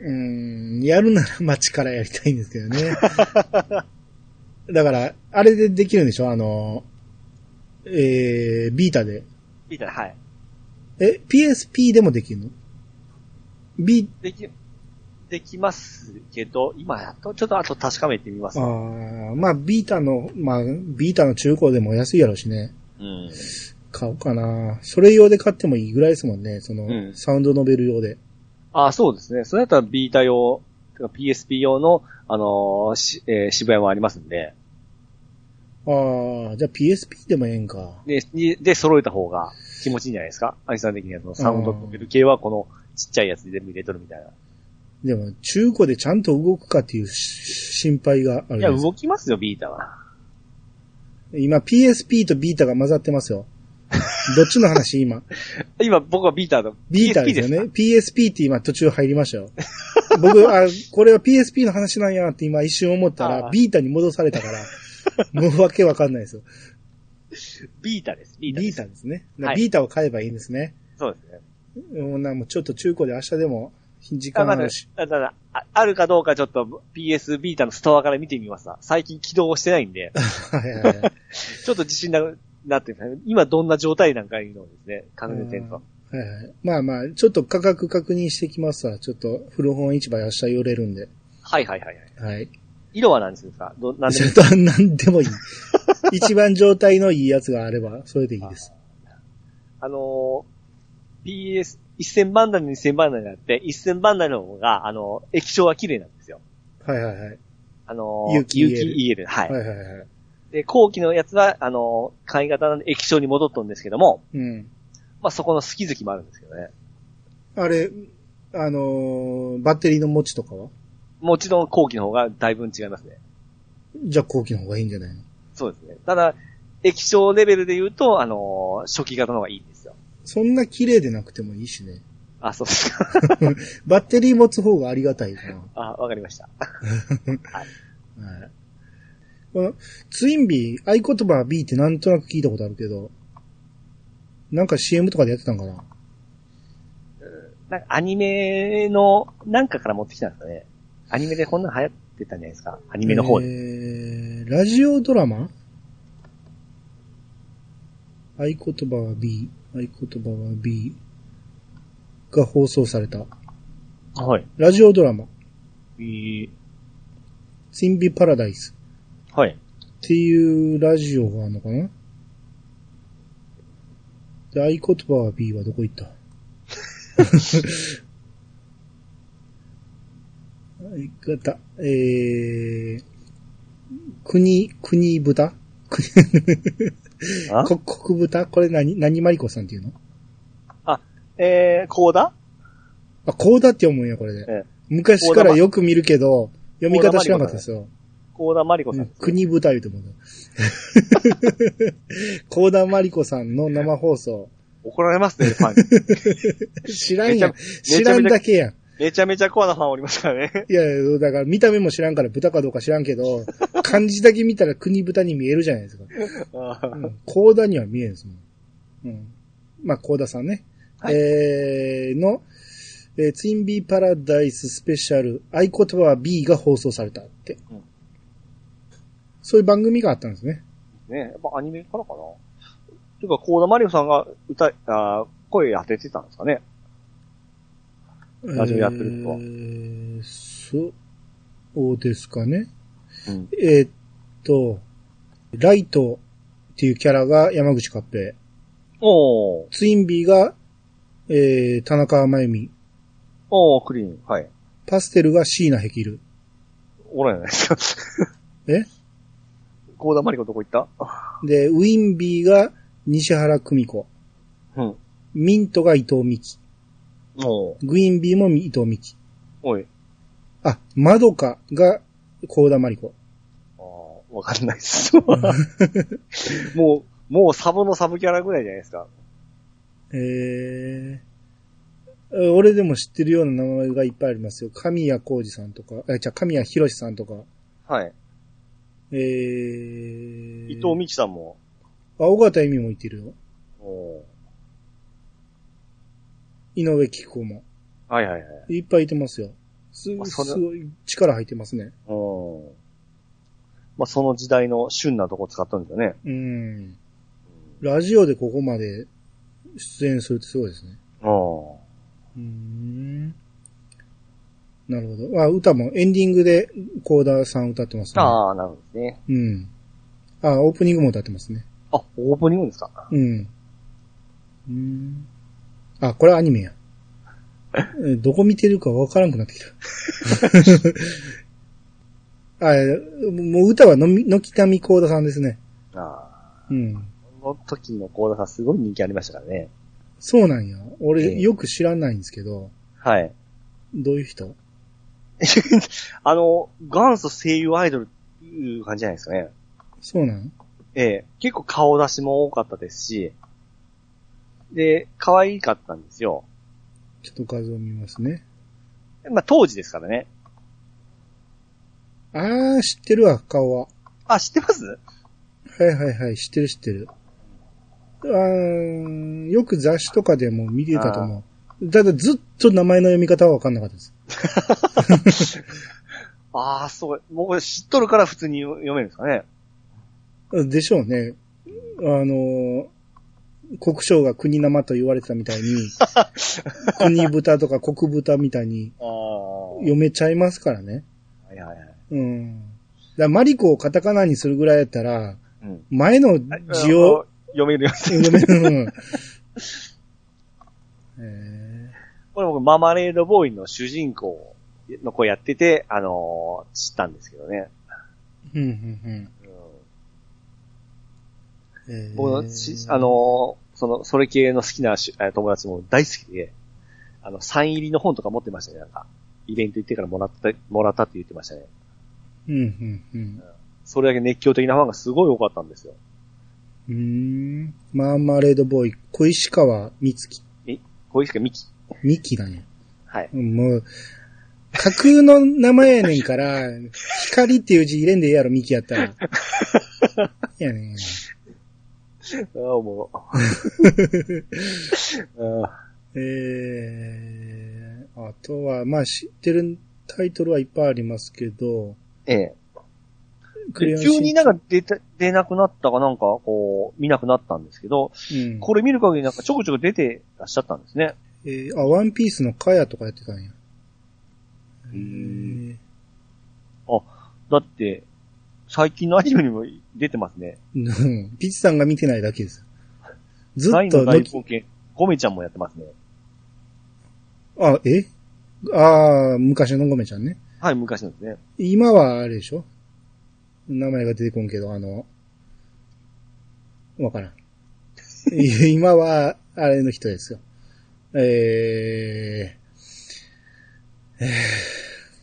A: うん、やるなら街からやりたいんですけど ね。だから、あれでできるんでしょあの、えー、ビータで。
B: みたいな、はい。
A: え、PSP でもできるの ?B、
B: でき、できますけど、今やっと、ちょっとあと確かめてみます
A: あ。ーまあ、ビータの、まあ、ビータの中古でも安いやろうしね。
B: うん。
A: 買おうかな。それ用で買ってもいいぐらいですもんね。その、
B: うん
A: サウンドノベル用で。
B: あ、そうですね。それだったらビータ用、てか PSP 用の、あのーしえー渋谷もありますんで、
A: ああ、じゃあ PSP でもええんか。
B: で、にで、揃えた方が気持ちいいんじゃないですかアイさん的には、そのサウンド
A: うん
B: ノベル系はこのちっちゃいやつで全部入れとるみたいな。
A: でも、中古でちゃんと動くかっていうし心配がある
B: い
A: じゃな
B: や、
A: いですか
B: 動きますよ、ビータは。
A: 今 PSP とビータが混ざって ますよ。どっちの話今。
B: 今、僕はビータの、
A: ビータ
B: PSP
A: ですよ
B: か
A: ね。PSP って今途中入りましたよ。僕、あ、これは PSP の話なんやって今一瞬思った
B: あ
A: ら、
B: ー
A: ビータに戻された から、もうわけわかんないですよ。
B: ビータです。ビータで
A: ビー
B: す。
A: タですね。
B: はい
A: ビータを買えばいいんですね。
B: そうですね。
A: もうなもうちょっと中古で明日でも時
B: あ、
A: 間
B: ま
A: あ
B: だ
A: るし。、
B: あだああるかどうかちょっと PS ビータのストアから見てみますわ。最近起動してないん で、
A: はいはいはい
B: ちょっと自信なくなってる、今どんな状態なんかいうのをですね、確認点と。
A: はいはいまあまあ、ちょっと価格確認してきますわ。ちょっと古本市場明日寄れるんで。
B: はいはいはいはい。
A: はい。
B: 色は何ですかど、何
A: ちょ
B: でも
A: っと 何でもいい。一番状態のいいやつがあれば、それでいいです。
B: あのー、PS、1000番台の2000番台になって、1000番台の方が、あのー液晶は綺麗なんですよ。
A: はいはいはい。
B: あのー、
A: 有機 EL
B: 有機 EL。はい。
A: はいはいはい。
B: で、後期のやつは、あのー、簡易型の液晶に戻っとんですけども、
A: うん。
B: まあ、そこの好き好きもあるんですけどね。
A: あれ、あのーバッテリーの持ちとかは
B: もちろん後期の方がだいぶん違いますね。
A: じゃあ後期の方がいいんじゃないの
B: そうですね。ただ、液晶レベルで言うと、あのー初期型の方がいいんですよ。
A: そんな綺麗でなくてもいいしね。
B: あ、そうですか。
A: バッテリー持つ方がありがたいかな。
B: あ、わかりました。
A: はい。この、ツインビー、合言葉は B ってなんとなく聞いたことあるけど、なんか CM とかでやってたんかな
B: なんかアニメの、なんかから持ってきたんですかね。アニメでこんなの流行ってたんじゃないですか。アニメの方
A: え
B: で。
A: ー、ラジオドラマ合言葉は B。合言葉は B。が放送された。
B: はい。
A: ラジオドラマ。
B: えー
A: ツインビーパラダイス。
B: はい。
A: っていうラジオがあるのかなで、合言葉は B はどこ行った相方、えー、国、国豚
B: あ
A: こ国豚これ何、何マリコさんっていうの
B: えー、コーダ
A: あ、コーダって読むんや、これで。
B: ええ
A: 昔からよく見るけど、読み方知らなかったですよ。
B: コーダマリコさんですね。
A: 国舞台と思 う。コーダマリコさんの生放送。
B: 怒られ ますね、ファン。
A: 知らんやん。
B: ちゃ
A: 知らんだけやん。
B: めちゃめちゃコアなファンおりますからね。
A: いやいや、だから見た目も知らんから豚かどうか知らんけど、漢字だけ見たら国豚に見えるじゃないですか。
B: あー
A: コーダには見えんですもん。うん。まあ、コーダさんね。
B: はい
A: えー、の、えーツインビーパラダイススペシャル、合言葉は B が放送されたって。
B: うん
A: そういう番組があったんですね。
B: ね、やっぱアニメからかな。というか、コーダマリオさんが歌い、あー声当ててたんですかね。ラジオやってる人は
A: えーそうですかね。
B: うん。
A: えーっと、ライトっていうキャラが山口勝平。
B: おー、
A: ツインビーが、えー、田中真由美。
B: おー、クリーン。はい。
A: パステルが椎名ヘキル。
B: おらんじゃないですか。
A: え
B: コーダマリコどこ行ったあ
A: で、ウィンビーが西原久美子。
B: うん。
A: ミントが伊藤美希。
B: おー、
A: グイーンビーも伊藤美希。
B: おい。
A: あ、マドカが高田真理子。
B: あーわかんないっす。 もう、もうサブのサブキャラぐらいじゃないですか。
A: えー、俺でも知ってるような名前がいっぱいありますよ。神谷浩二さんとか、あ、じゃ神谷博さんとか、
B: はい。
A: えー、
B: 伊藤美希さんも。
A: あ、尾形由美もいてるよ。
B: お
A: 井上貴子も。
B: ーはいはいはい。
A: いっぱいいてますよ。す
B: あそれ
A: すごい力入ってますね。
B: うん。まあ、その時代の旬なとこ使ったんですよね。
A: うん。ラジオでここまで出演するってすごいですね。
B: うん。
A: うーんなるほど。あ、歌もエンディングでコーダさん歌ってますね。
B: ああ、なるほどね。
A: うん。あ、オープニングも歌ってますね。
B: あ、オープニングですか
A: うん。うーん。あ、これアニ メや。えどこ見てるかわからんくなってきた。あ、もう歌はのみ、のきたみこうださんですね。
B: ああ。
A: うん。
B: この時の高田さんすごい人気ありましたからね。
A: そうなんや。
B: え
A: 俺
B: え
A: よく知らないんですけど、
B: はい。
A: どういう人
B: あの、元祖声優アイドルっていう感じじゃないですかね。
A: そうなん
B: ええ。結構顔出しも多かったですし、で、可愛かったんですよ。
A: ちょっと画像見ますね。
B: まあ、当時ですからね。
A: あー、知ってるわ、顔は。
B: あ、知ってます
A: はいはいはい、知ってる知ってる。あーよく雑誌とかでも見てたと思う。ただずっと名前の読み方はわかんなかったです。
B: ああ、そう。僕知っとるから普通に読めるんですかね。
A: でしょうね。あのー国章が国生と言われてたみたいに、国豚とか国豚みたいに
B: ああ。
A: 読めちゃいますからね。
B: はいはいはい。
A: うん。だからマリコをカタカナにするぐらいやったら、
B: うん。
A: 前の字を、
B: 読めるよ。
A: 読める。うん
B: これ僕、ママレードボーイの主人公の子やってて、あのー知ったんですけどね。
A: えーうんうん
B: うん
A: うんえー
B: 僕のし、あのーその、それ系の好きなしえー友達も大好きで、あの、サイン入りの本とか持ってましたね、なんか。イベント行ってからもらった、もらったって言ってましたね。
A: うんうんうん
B: それだけ熱狂的なファンがすごい多かったんですよ。
A: うーん。マーマレードボーイ、小石川美月。
B: 小石かミキ。
A: 美希だね。
B: はい。
A: もう、架空の名前やねんから、光っていう字入れんでええやろ、ミキやった ら。いやねん。
B: ああ、も う。あ
A: えー、あとは、まあ知ってるタイトルはいっぱいありますけど、
B: ーええ。
A: クレヨン
B: 急に
A: しん
B: なんか出た、出なくなったかなんか、こう、見なくなったんですけど、
A: うん、
B: これ見る限りなんかちょこちょこ出てらっしゃったんですね。
A: えーあ、ワンピースのカヤとかやってたんや。
B: へー
A: えー
B: だって、最近のアニメにも出てますね。
A: うんピチさんが見てないだけです。ず
B: ナ
A: っ
B: インの
A: と
B: 大
A: のき、
B: 冒険、ゴメちゃんもやってますね。
A: あ、えああ、昔のごめちゃんね。
B: はい、昔のですね。
A: 今はあれでしょ名前が出てこんけど、あの、わからん。 い今は、あれの人ですよ。え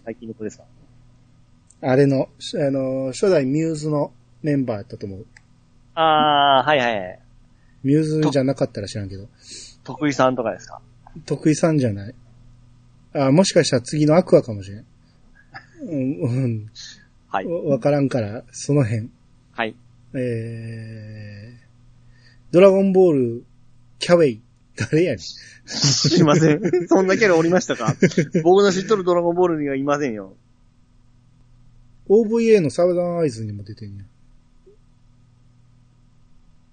B: 最近の子ですか
A: ー、あれの、しあの、初代ミューズのメンバーだったと思う。
B: あー、はいはいはい。
A: ミューズじゃなかったら知らんけど。
B: 徳井さんとかですか
A: 得意さんじゃない。あ、もしかしたら次のアクアかもしれん。うん、。
B: はいう
A: ん。わわからんから、その辺。
B: はい。
A: えー、ドラゴンボール、キャウェイ、誰やねん。
B: すいませ ん。 そんなキャラおりましたか僕の知っとるドラゴンボールにはいませんよ。
A: OVA のサウザンアイズにも出てんね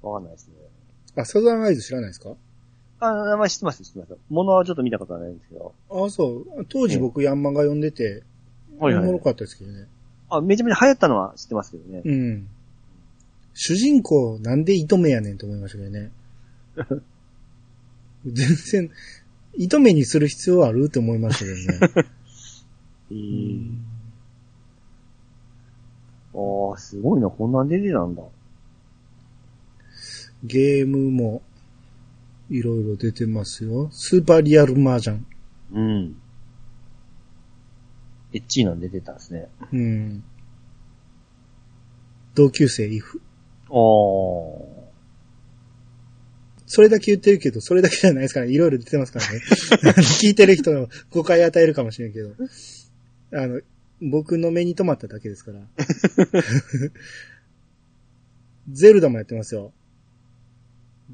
B: わかんないですね。
A: やあ、サウザンアイズ知らないですか
B: あ、名前知ってます、知ってます。ものはちょっと見たことはないんですけど。
A: あ、そう。当時僕ヤンマンが読んでて、おもろかったですけどね。
B: あ、めちゃめちゃ流行ったのは知ってますけどね。
A: うん。主人公なんで糸目やねんと思いましたけど ね。全然、糸目にする必要あるって思いましたけどね。う。
B: う
A: ん
B: ああ、すごいな、こんなん出てたんだ。
A: ゲームもいろいろ出てますよ。スーパーリアルマージャン。
B: うん。エッチーの出てたんですね。
A: うん。同級生イフ。
B: ああ。
A: それだけ言ってるけど、それだけじゃないですからね。いろいろ出てますからね。聞いてる人の誤解与えるかもしれんけど。あの、僕の目に留まっただけですから。ゼルダもやってますよ。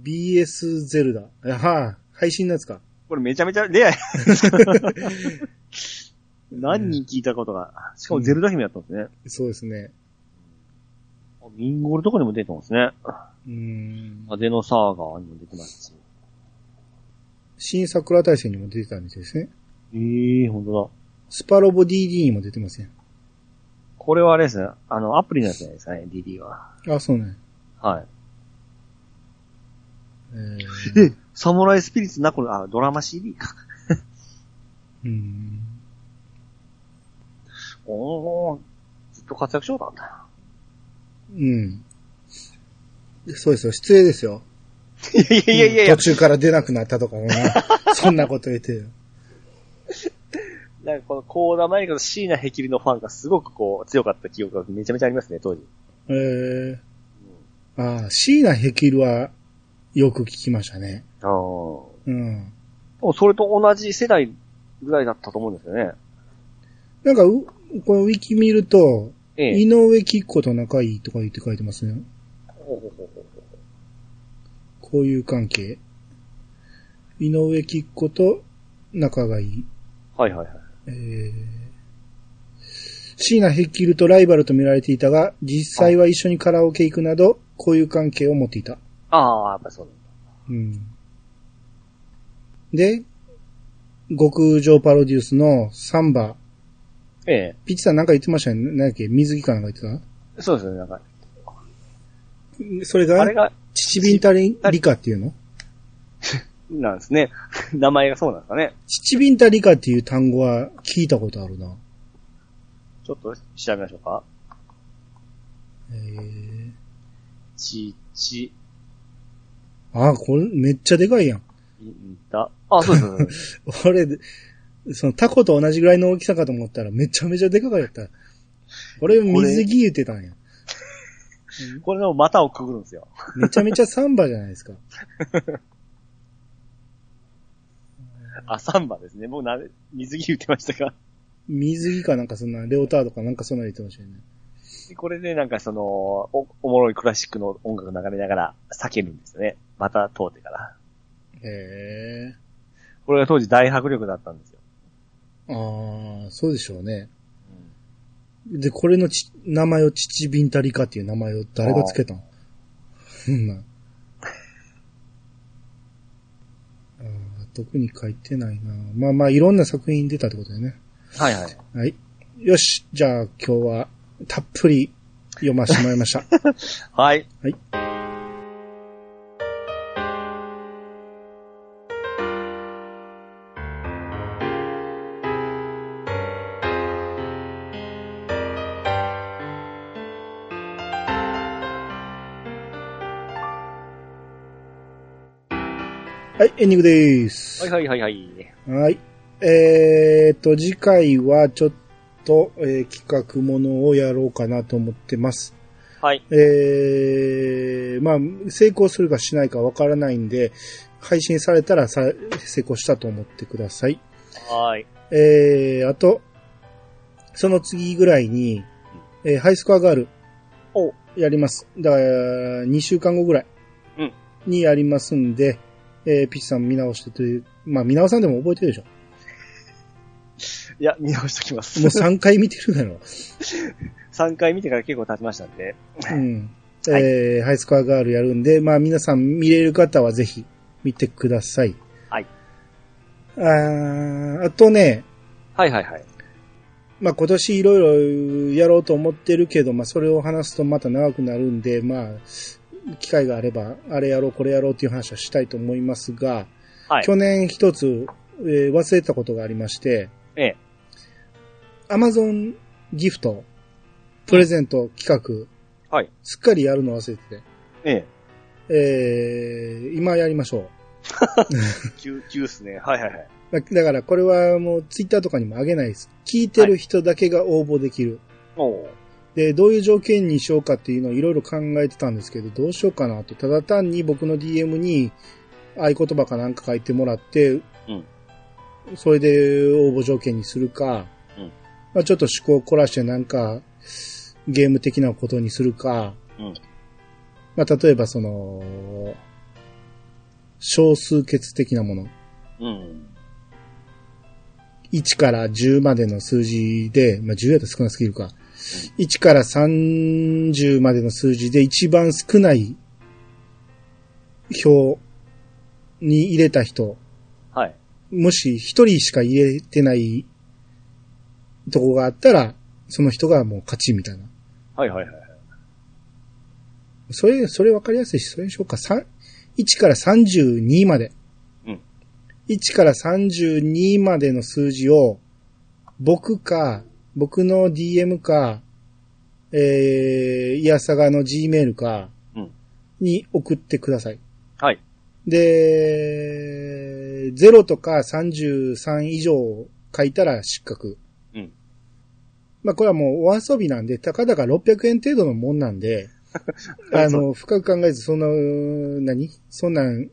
A: BS ゼルダ。あはあ、配信のやつか。
B: これめちゃめちゃ レアや。何人聞いたことが。しかもゼルダ姫やったんですね。
A: そうですね。
B: あミンゴルとかにも出てますね。
A: うーん。
B: アデノサーガーにも出てますし。
A: 新桜大戦にも出てたみたいですね。
B: ええー、ほんとだ。
A: スパロボ DD にも出てません。
B: これはあれですね。あの、アプリのやつじゃないですかね、DD は。
A: あ、そうね。
B: はい。
A: え
B: え
A: ー、
B: サムライスピリッツなこれ、あ、ドラマ CD か。
A: うーん。
B: おー、ずっと活躍しようだった。
A: うん。そうですよ。失礼ですよ。
B: いやいやいやい
A: うん
B: や
A: 途、中から出なくなったとか もな。そんなこと言って。
B: なんかこの、コーダマイカとシーナヘキリのファンがすごくこう、強かった記憶がめちゃめちゃありますね、当時。
A: えー、ああ、椎名ヘキルはよく聞きましたね。
B: ああ。
A: うん。
B: でもそれと同じ世代ぐらいだったと思うんですよね。
A: なんかう、このウィキ見ると、
B: え
A: 井
B: え。
A: 上貴子と仲いいとか言って書いてますね。
B: ほうほうほうほうほう
A: こういう関係。井上貴子と仲がいい。
B: はいはいはい。
A: えー、椎名ヘキルとライバルと見られていたが、実際は一緒にカラオケ行くなど、こういう関係を持っていた。
B: ああ、やっぱりそうなんだ。
A: うん。で、極上パロデュースのサンバ。
B: え
A: ピッチさんなんか言ってましたよね。何やっけ水着かなんか言って
B: え。そうですよね、なんか。
A: たそれ
B: あ
A: が
B: れ、が、
A: チチビンタリリカっていうの
B: なんですね。 名前がそうなんですかね。
A: チチビンタリカっていう単語は聞いたことあるな。
B: ちょっと調べましょうか。
A: えー、
B: ち、ち、
A: あ、これめっちゃでかいやん。
B: いんだ。あ、そうですそうです。
A: 俺、そのタコと同じぐらいの大きさかと思ったらめちゃめちゃでかかった。俺水着言ってたんや。
B: これの股をくぐるんですよ。
A: めちゃめちゃサンバじゃないですか。
B: あ、3番ですね。僕な、水着言ってましたが。
A: 水着かなんかそんな、レオタードかなんかそんなの言ってましたよね。
B: でこれでなんかその、お、おもろいクラシックの音楽流れながら叫ぶんですよね。股通ってから。
A: へえ。
B: これが当時大迫力だったんですよ。
A: ああ、そうでしょうね。
B: うん
A: で、これのち、名前をチチビンタリカっていう名前を誰がつけたのそんな。あー特に書いてないな。まあまあ、いろんな作品出たってことだよね。
B: はいはい。
A: はい。よし。じゃあ、今日は、たっぷり読ませてもらいま した。
B: はい。
A: はい、エンディングです。
B: はいはいはいはい。
A: はい。えーと、次回はちょっと、えー企画ものをやろうかなと思ってます。
B: はい。
A: えー、まあ、成功するかしないかわからないんで、配信されたらさ成功したと思ってください。
B: はい。
A: えー、あと、その次ぐらいに、えーハイスコアガール
B: お
A: やります。だから、2週間後ぐらい
B: うん
A: にやりますんで、えーピッチさん見直してという、まあ見直さんでも覚えてるでしょ。
B: いや、見直しときます
A: もう。3回見てるだろ。
B: 3回見てから結構経ちましたんで、
A: うん。
B: は
A: えー、ハイスコアガールやるんで、まあ皆さん見れる方はぜひ見てください。
B: はい。
A: あーあとね、
B: はいはいはい。
A: まあ今年いろいろやろうと思ってるけど、まあそれを話すとまた長くなるんで、まあ、機会があれば、あれやろう、これやろうっていう話はしたいと思いますが、
B: はい。
A: 去年一つ、えー忘れたことがありまして、
B: ええ。
A: Amazon ギフト、プレゼント企画、
B: はい
A: すっかりやるの忘れてて、
B: ええ。
A: えー、今やりましょ
B: 急、急っすね。はいはいはい。
A: う。だだからこれはもうツイッターとかにも上げないです。聞いてる人だけが応募できる。
B: おー
A: で、どういう条件にしようかっていうのをいろいろ考えてたんですけど、どうしようかなと。ただ単に僕の DM に合言葉かなんか書いてもらって、
B: ん
A: それで応募条件にするか、
B: うん
A: まあ、ちょっと趣向を凝らしてなんかゲーム的なことにするか、
B: うん
A: まあ、例えばその、少数決的なもの。
B: うん。
A: 1から10までの数字で、まあ、10やったら少なすぎるか。1から30までの数字で一番少ない票に入れた人、
B: はい。
A: もし一人しか入れてないとこがあったら、その人がもう勝ちみたいな。
B: はいはいはい。
A: それ、それ分かりやすいし、それにしようか。さん1から32まで。
B: うん
A: 1から32までの数字を、僕か、僕の DM か、えー、いやさがの Gmail か
B: うん、
A: に送ってください。
B: はい。
A: で、0とか33以上書いたら失格。
B: うん
A: まあこれはもうお遊びなんで、たかだか600円程度のもんなんで、 あの、深く考えず、そんな、何そんなん、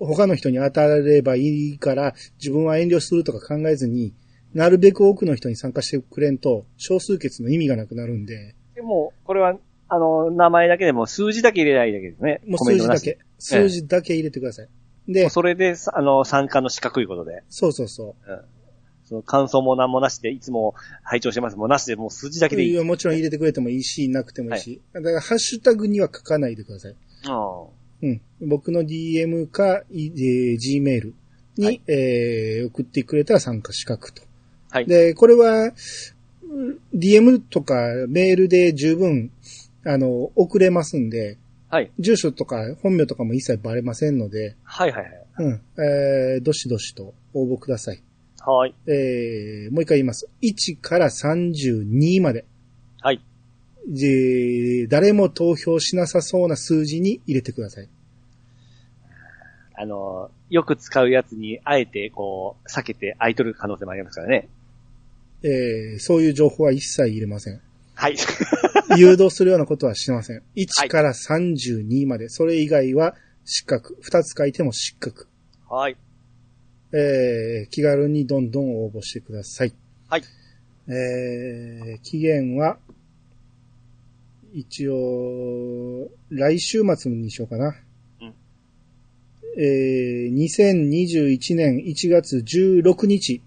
A: 他の人に当たればいいから、自分は遠慮するとか考えずに、なるべく多くの人に参加してくれんと、少数決の意味がなくなるんで、
B: でも、これは、あの、名前だけでも数字だけ入れないだけですね。
A: もう
B: コメ
A: 数
B: ン
A: 字
B: トな
A: だ
B: しで
A: け、数字だけ入れてください。で、
B: それで、さあの、参加の四角いことで。
A: そうそうそう。
B: その感想も何もなしで、いつも拝聴してますもなしで、もう数字だけでい
A: い
B: い。
A: やもちろん入れてくれてもいいし、なくてもいいし。だから、ハッシュタグには書かないでください。
B: あ
A: うん。僕の DM か、いえー Gmail に、
B: はい
A: えー送ってくれたら参加資格と。
B: はい
A: で、これは、うん DM とかメールで十分、あの、送れますんで、
B: あはい。
A: 住所とか本名とかも一切バレませんので、
B: はいはいはい。
A: うん。えーどしどしと応募ください。
B: はい。
A: えーもう一回言います。1から32まで。
B: はい。
A: で、誰も投票しなさそうな数字に入れてください。
B: あの、よく使うやつに、あえて、こう、避けて空いとる可能性もありますからね。
A: えーそういう情報は一切入れませ ん。
B: はい。
A: 誘導するようなことはしません。
B: は
A: 1
B: い
A: から32まで。それ以外は失格。2つ書いても失格。
B: はい。
A: えー気軽にどんどん応募してください。
B: はい。
A: えー期限は、一応、来週末にしようかな。
B: うん
A: えー2021年1月16日、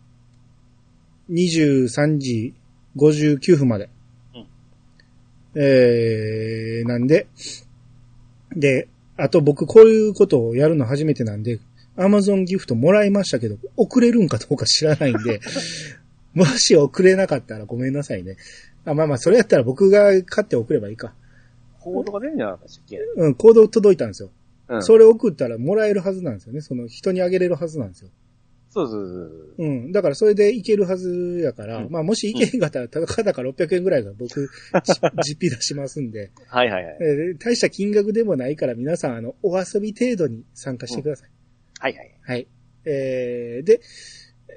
A: 23時59分まで。
B: うん
A: えーなんで、で、あと僕こういうことをやるの初めてなんで、アマゾンギフトもらいましたけど、送れるんかどうか知らないんで、 もし送れなかったらごめんなさいね。あまあまあ、それやったら僕が買って送ればいいか。
B: コードが出るんじゃなかったでしたっけ
A: うん、コード届いたんですよ。
B: うん。そ
A: それ送ったらもらえるはずなんですよね。その人にあげれるはずなんですよ。
B: そうそうそう
A: うん。だからそれでいけるはずやから、
B: うん
A: まあもしいけへんかったら、たかだか600円ぐらいが僕、 実費出しますんで、
B: そう。はいはいはい。
A: えー大した金額でもないから皆さん、あの、お遊び程度に参加してください。
B: はいはい。
A: はい。えーで、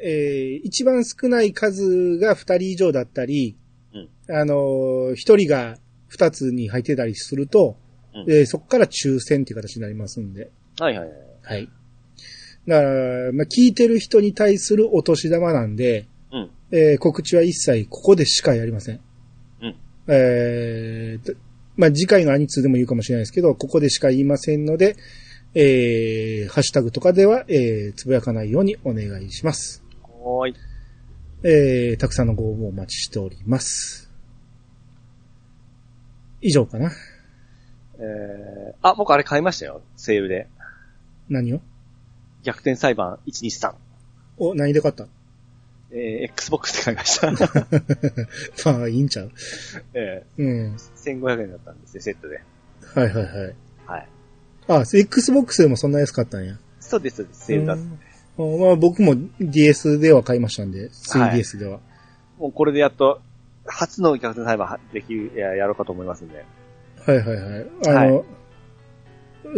A: えー一番少ない数が2人以上だったり、
B: うん
A: あのー、1人が2つに入ってたりすると、
B: うん
A: えーそこから抽選っていう形になりますんで。
B: はいはいはい。
A: はい。だから、まあ、聞いてる人に対するお年玉なんで、
B: うん。
A: えー告知は一切ここでしかやりません。
B: うん
A: えーとまあ、次回のアニツーでも言うかもしれないですけど、ここでしか言いませんので、えーハッシュタグとかでは、えーつぶやかないようにお願いします。
B: はーい。
A: えーたくさんのご応募お待ちしております。以上かな。
B: えー、あ、僕あれ買いましたよ。セールで。
A: 何を
B: 逆転裁判123。
A: お、何で買った
B: えー、Xbox で買いま した。
A: まあ、いいんちゃう
B: え
A: うん。
B: ー、1500円だったんですよ、セットで。
A: はいはいはい。
B: はい。
A: あ、Xbox でもそんな安かったんや。
B: そうです、そうです。セールだった。
A: うんまあ僕も DS では買いましたんで、3DS では。
B: もうこれでやっと、初の逆転裁判できる、ややろうかと思いますんで。
A: はい、はい、はいはいあの、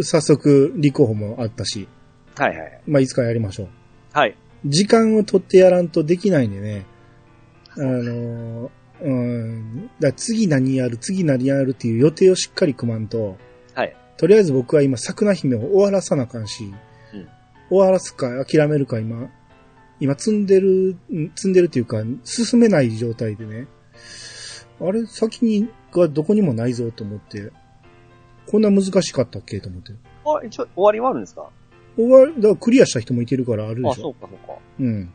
A: 早速、立候補もあったし、
B: はいはい。
A: まあいつかやりましょう。
B: はい。
A: 時間を取ってやらんとできないんでね、あの、うん、だから次何やる、次何やるっていう予定をしっかり組まんと、
B: はい。
A: とりあえず僕は今、桜姫を終わらさなあかんし、
B: うん
A: 終わらすか諦めるか今、今積んでる、ん積んでるというか、進めない状態でね、あれ、先にがどこにもないぞと思って、こんな難しかったっけと思って。
B: あ、一応終わりはあるんですか
A: 終わり、だからクリアした人もいてるからあるで
B: あ、
A: しょ
B: そ。うかそうか。
A: うん。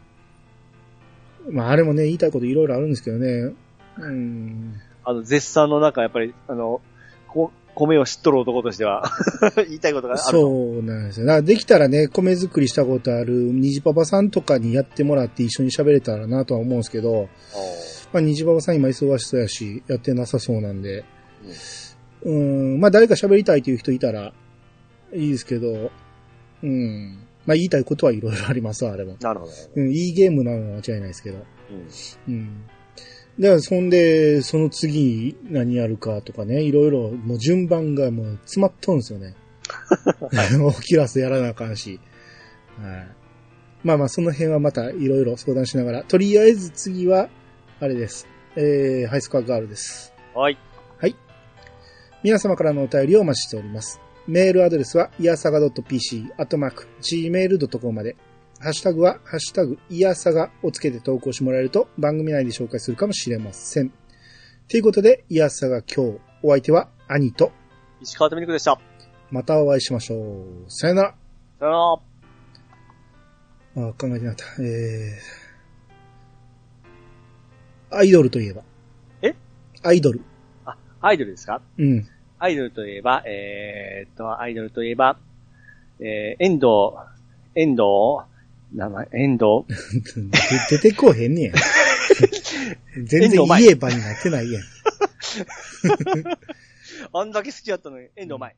A: まあ、あれもね、言いたいこといろいろあるんですけどね。うん。
B: あの、絶賛の中、やっぱり、あの、こ米を知っとる男としては、 言いたいことがある。う。
A: そうなんですよ。だからできたらね、米作りしたことある、にじパパさんとかにやってもらって一緒に喋れたらなとは思うんですけど、まあ、にじパパさん今忙しそうやし、やってなさそうなんで。うん、まあ、誰か喋りたいという人いたら、いいですけど、うん。まあ、言いたいことはいろいろありますわ、あれも。
B: なるほど。
A: うん、いいゲームなのは間違いないですけど。
B: うん。
A: うん。だから、そんで、その次何やるかとかね、いろいろ、もう順番がもう詰まっとるんですよね。 起きらせやらなあかんし。はい。まあまあ、その辺はまたいろいろ相談しながら、とりあえず次は、あれです。えー、ハイスコアガールです。
B: はい。
A: 皆様からのお便りをお待ちしております。メールアドレスは、いやさが .pc、アットマーク、gmail.com まで。ハッシュタグは、ハッシュタグ、いやさがをつけて投稿してもらえると、番組内で紹介するかもしれません。ということで、いやさが今日、お相手は、兄と、
B: 石川とみにくでした。
A: またお会いしましょう。さよなら。
B: さよなら。
A: あ、考えてなかった。えー、アイドルといえば。
B: え
A: アイドル。
B: あ、アイドルですか
A: うん。
B: アイドルといえば、えー、っと、アイドルといえば、えー、遠藤、遠藤、名前、遠藤、
A: 出てこうへんねや。全然言えばになってないやん。
B: あんだけ好きだったのに、遠藤前。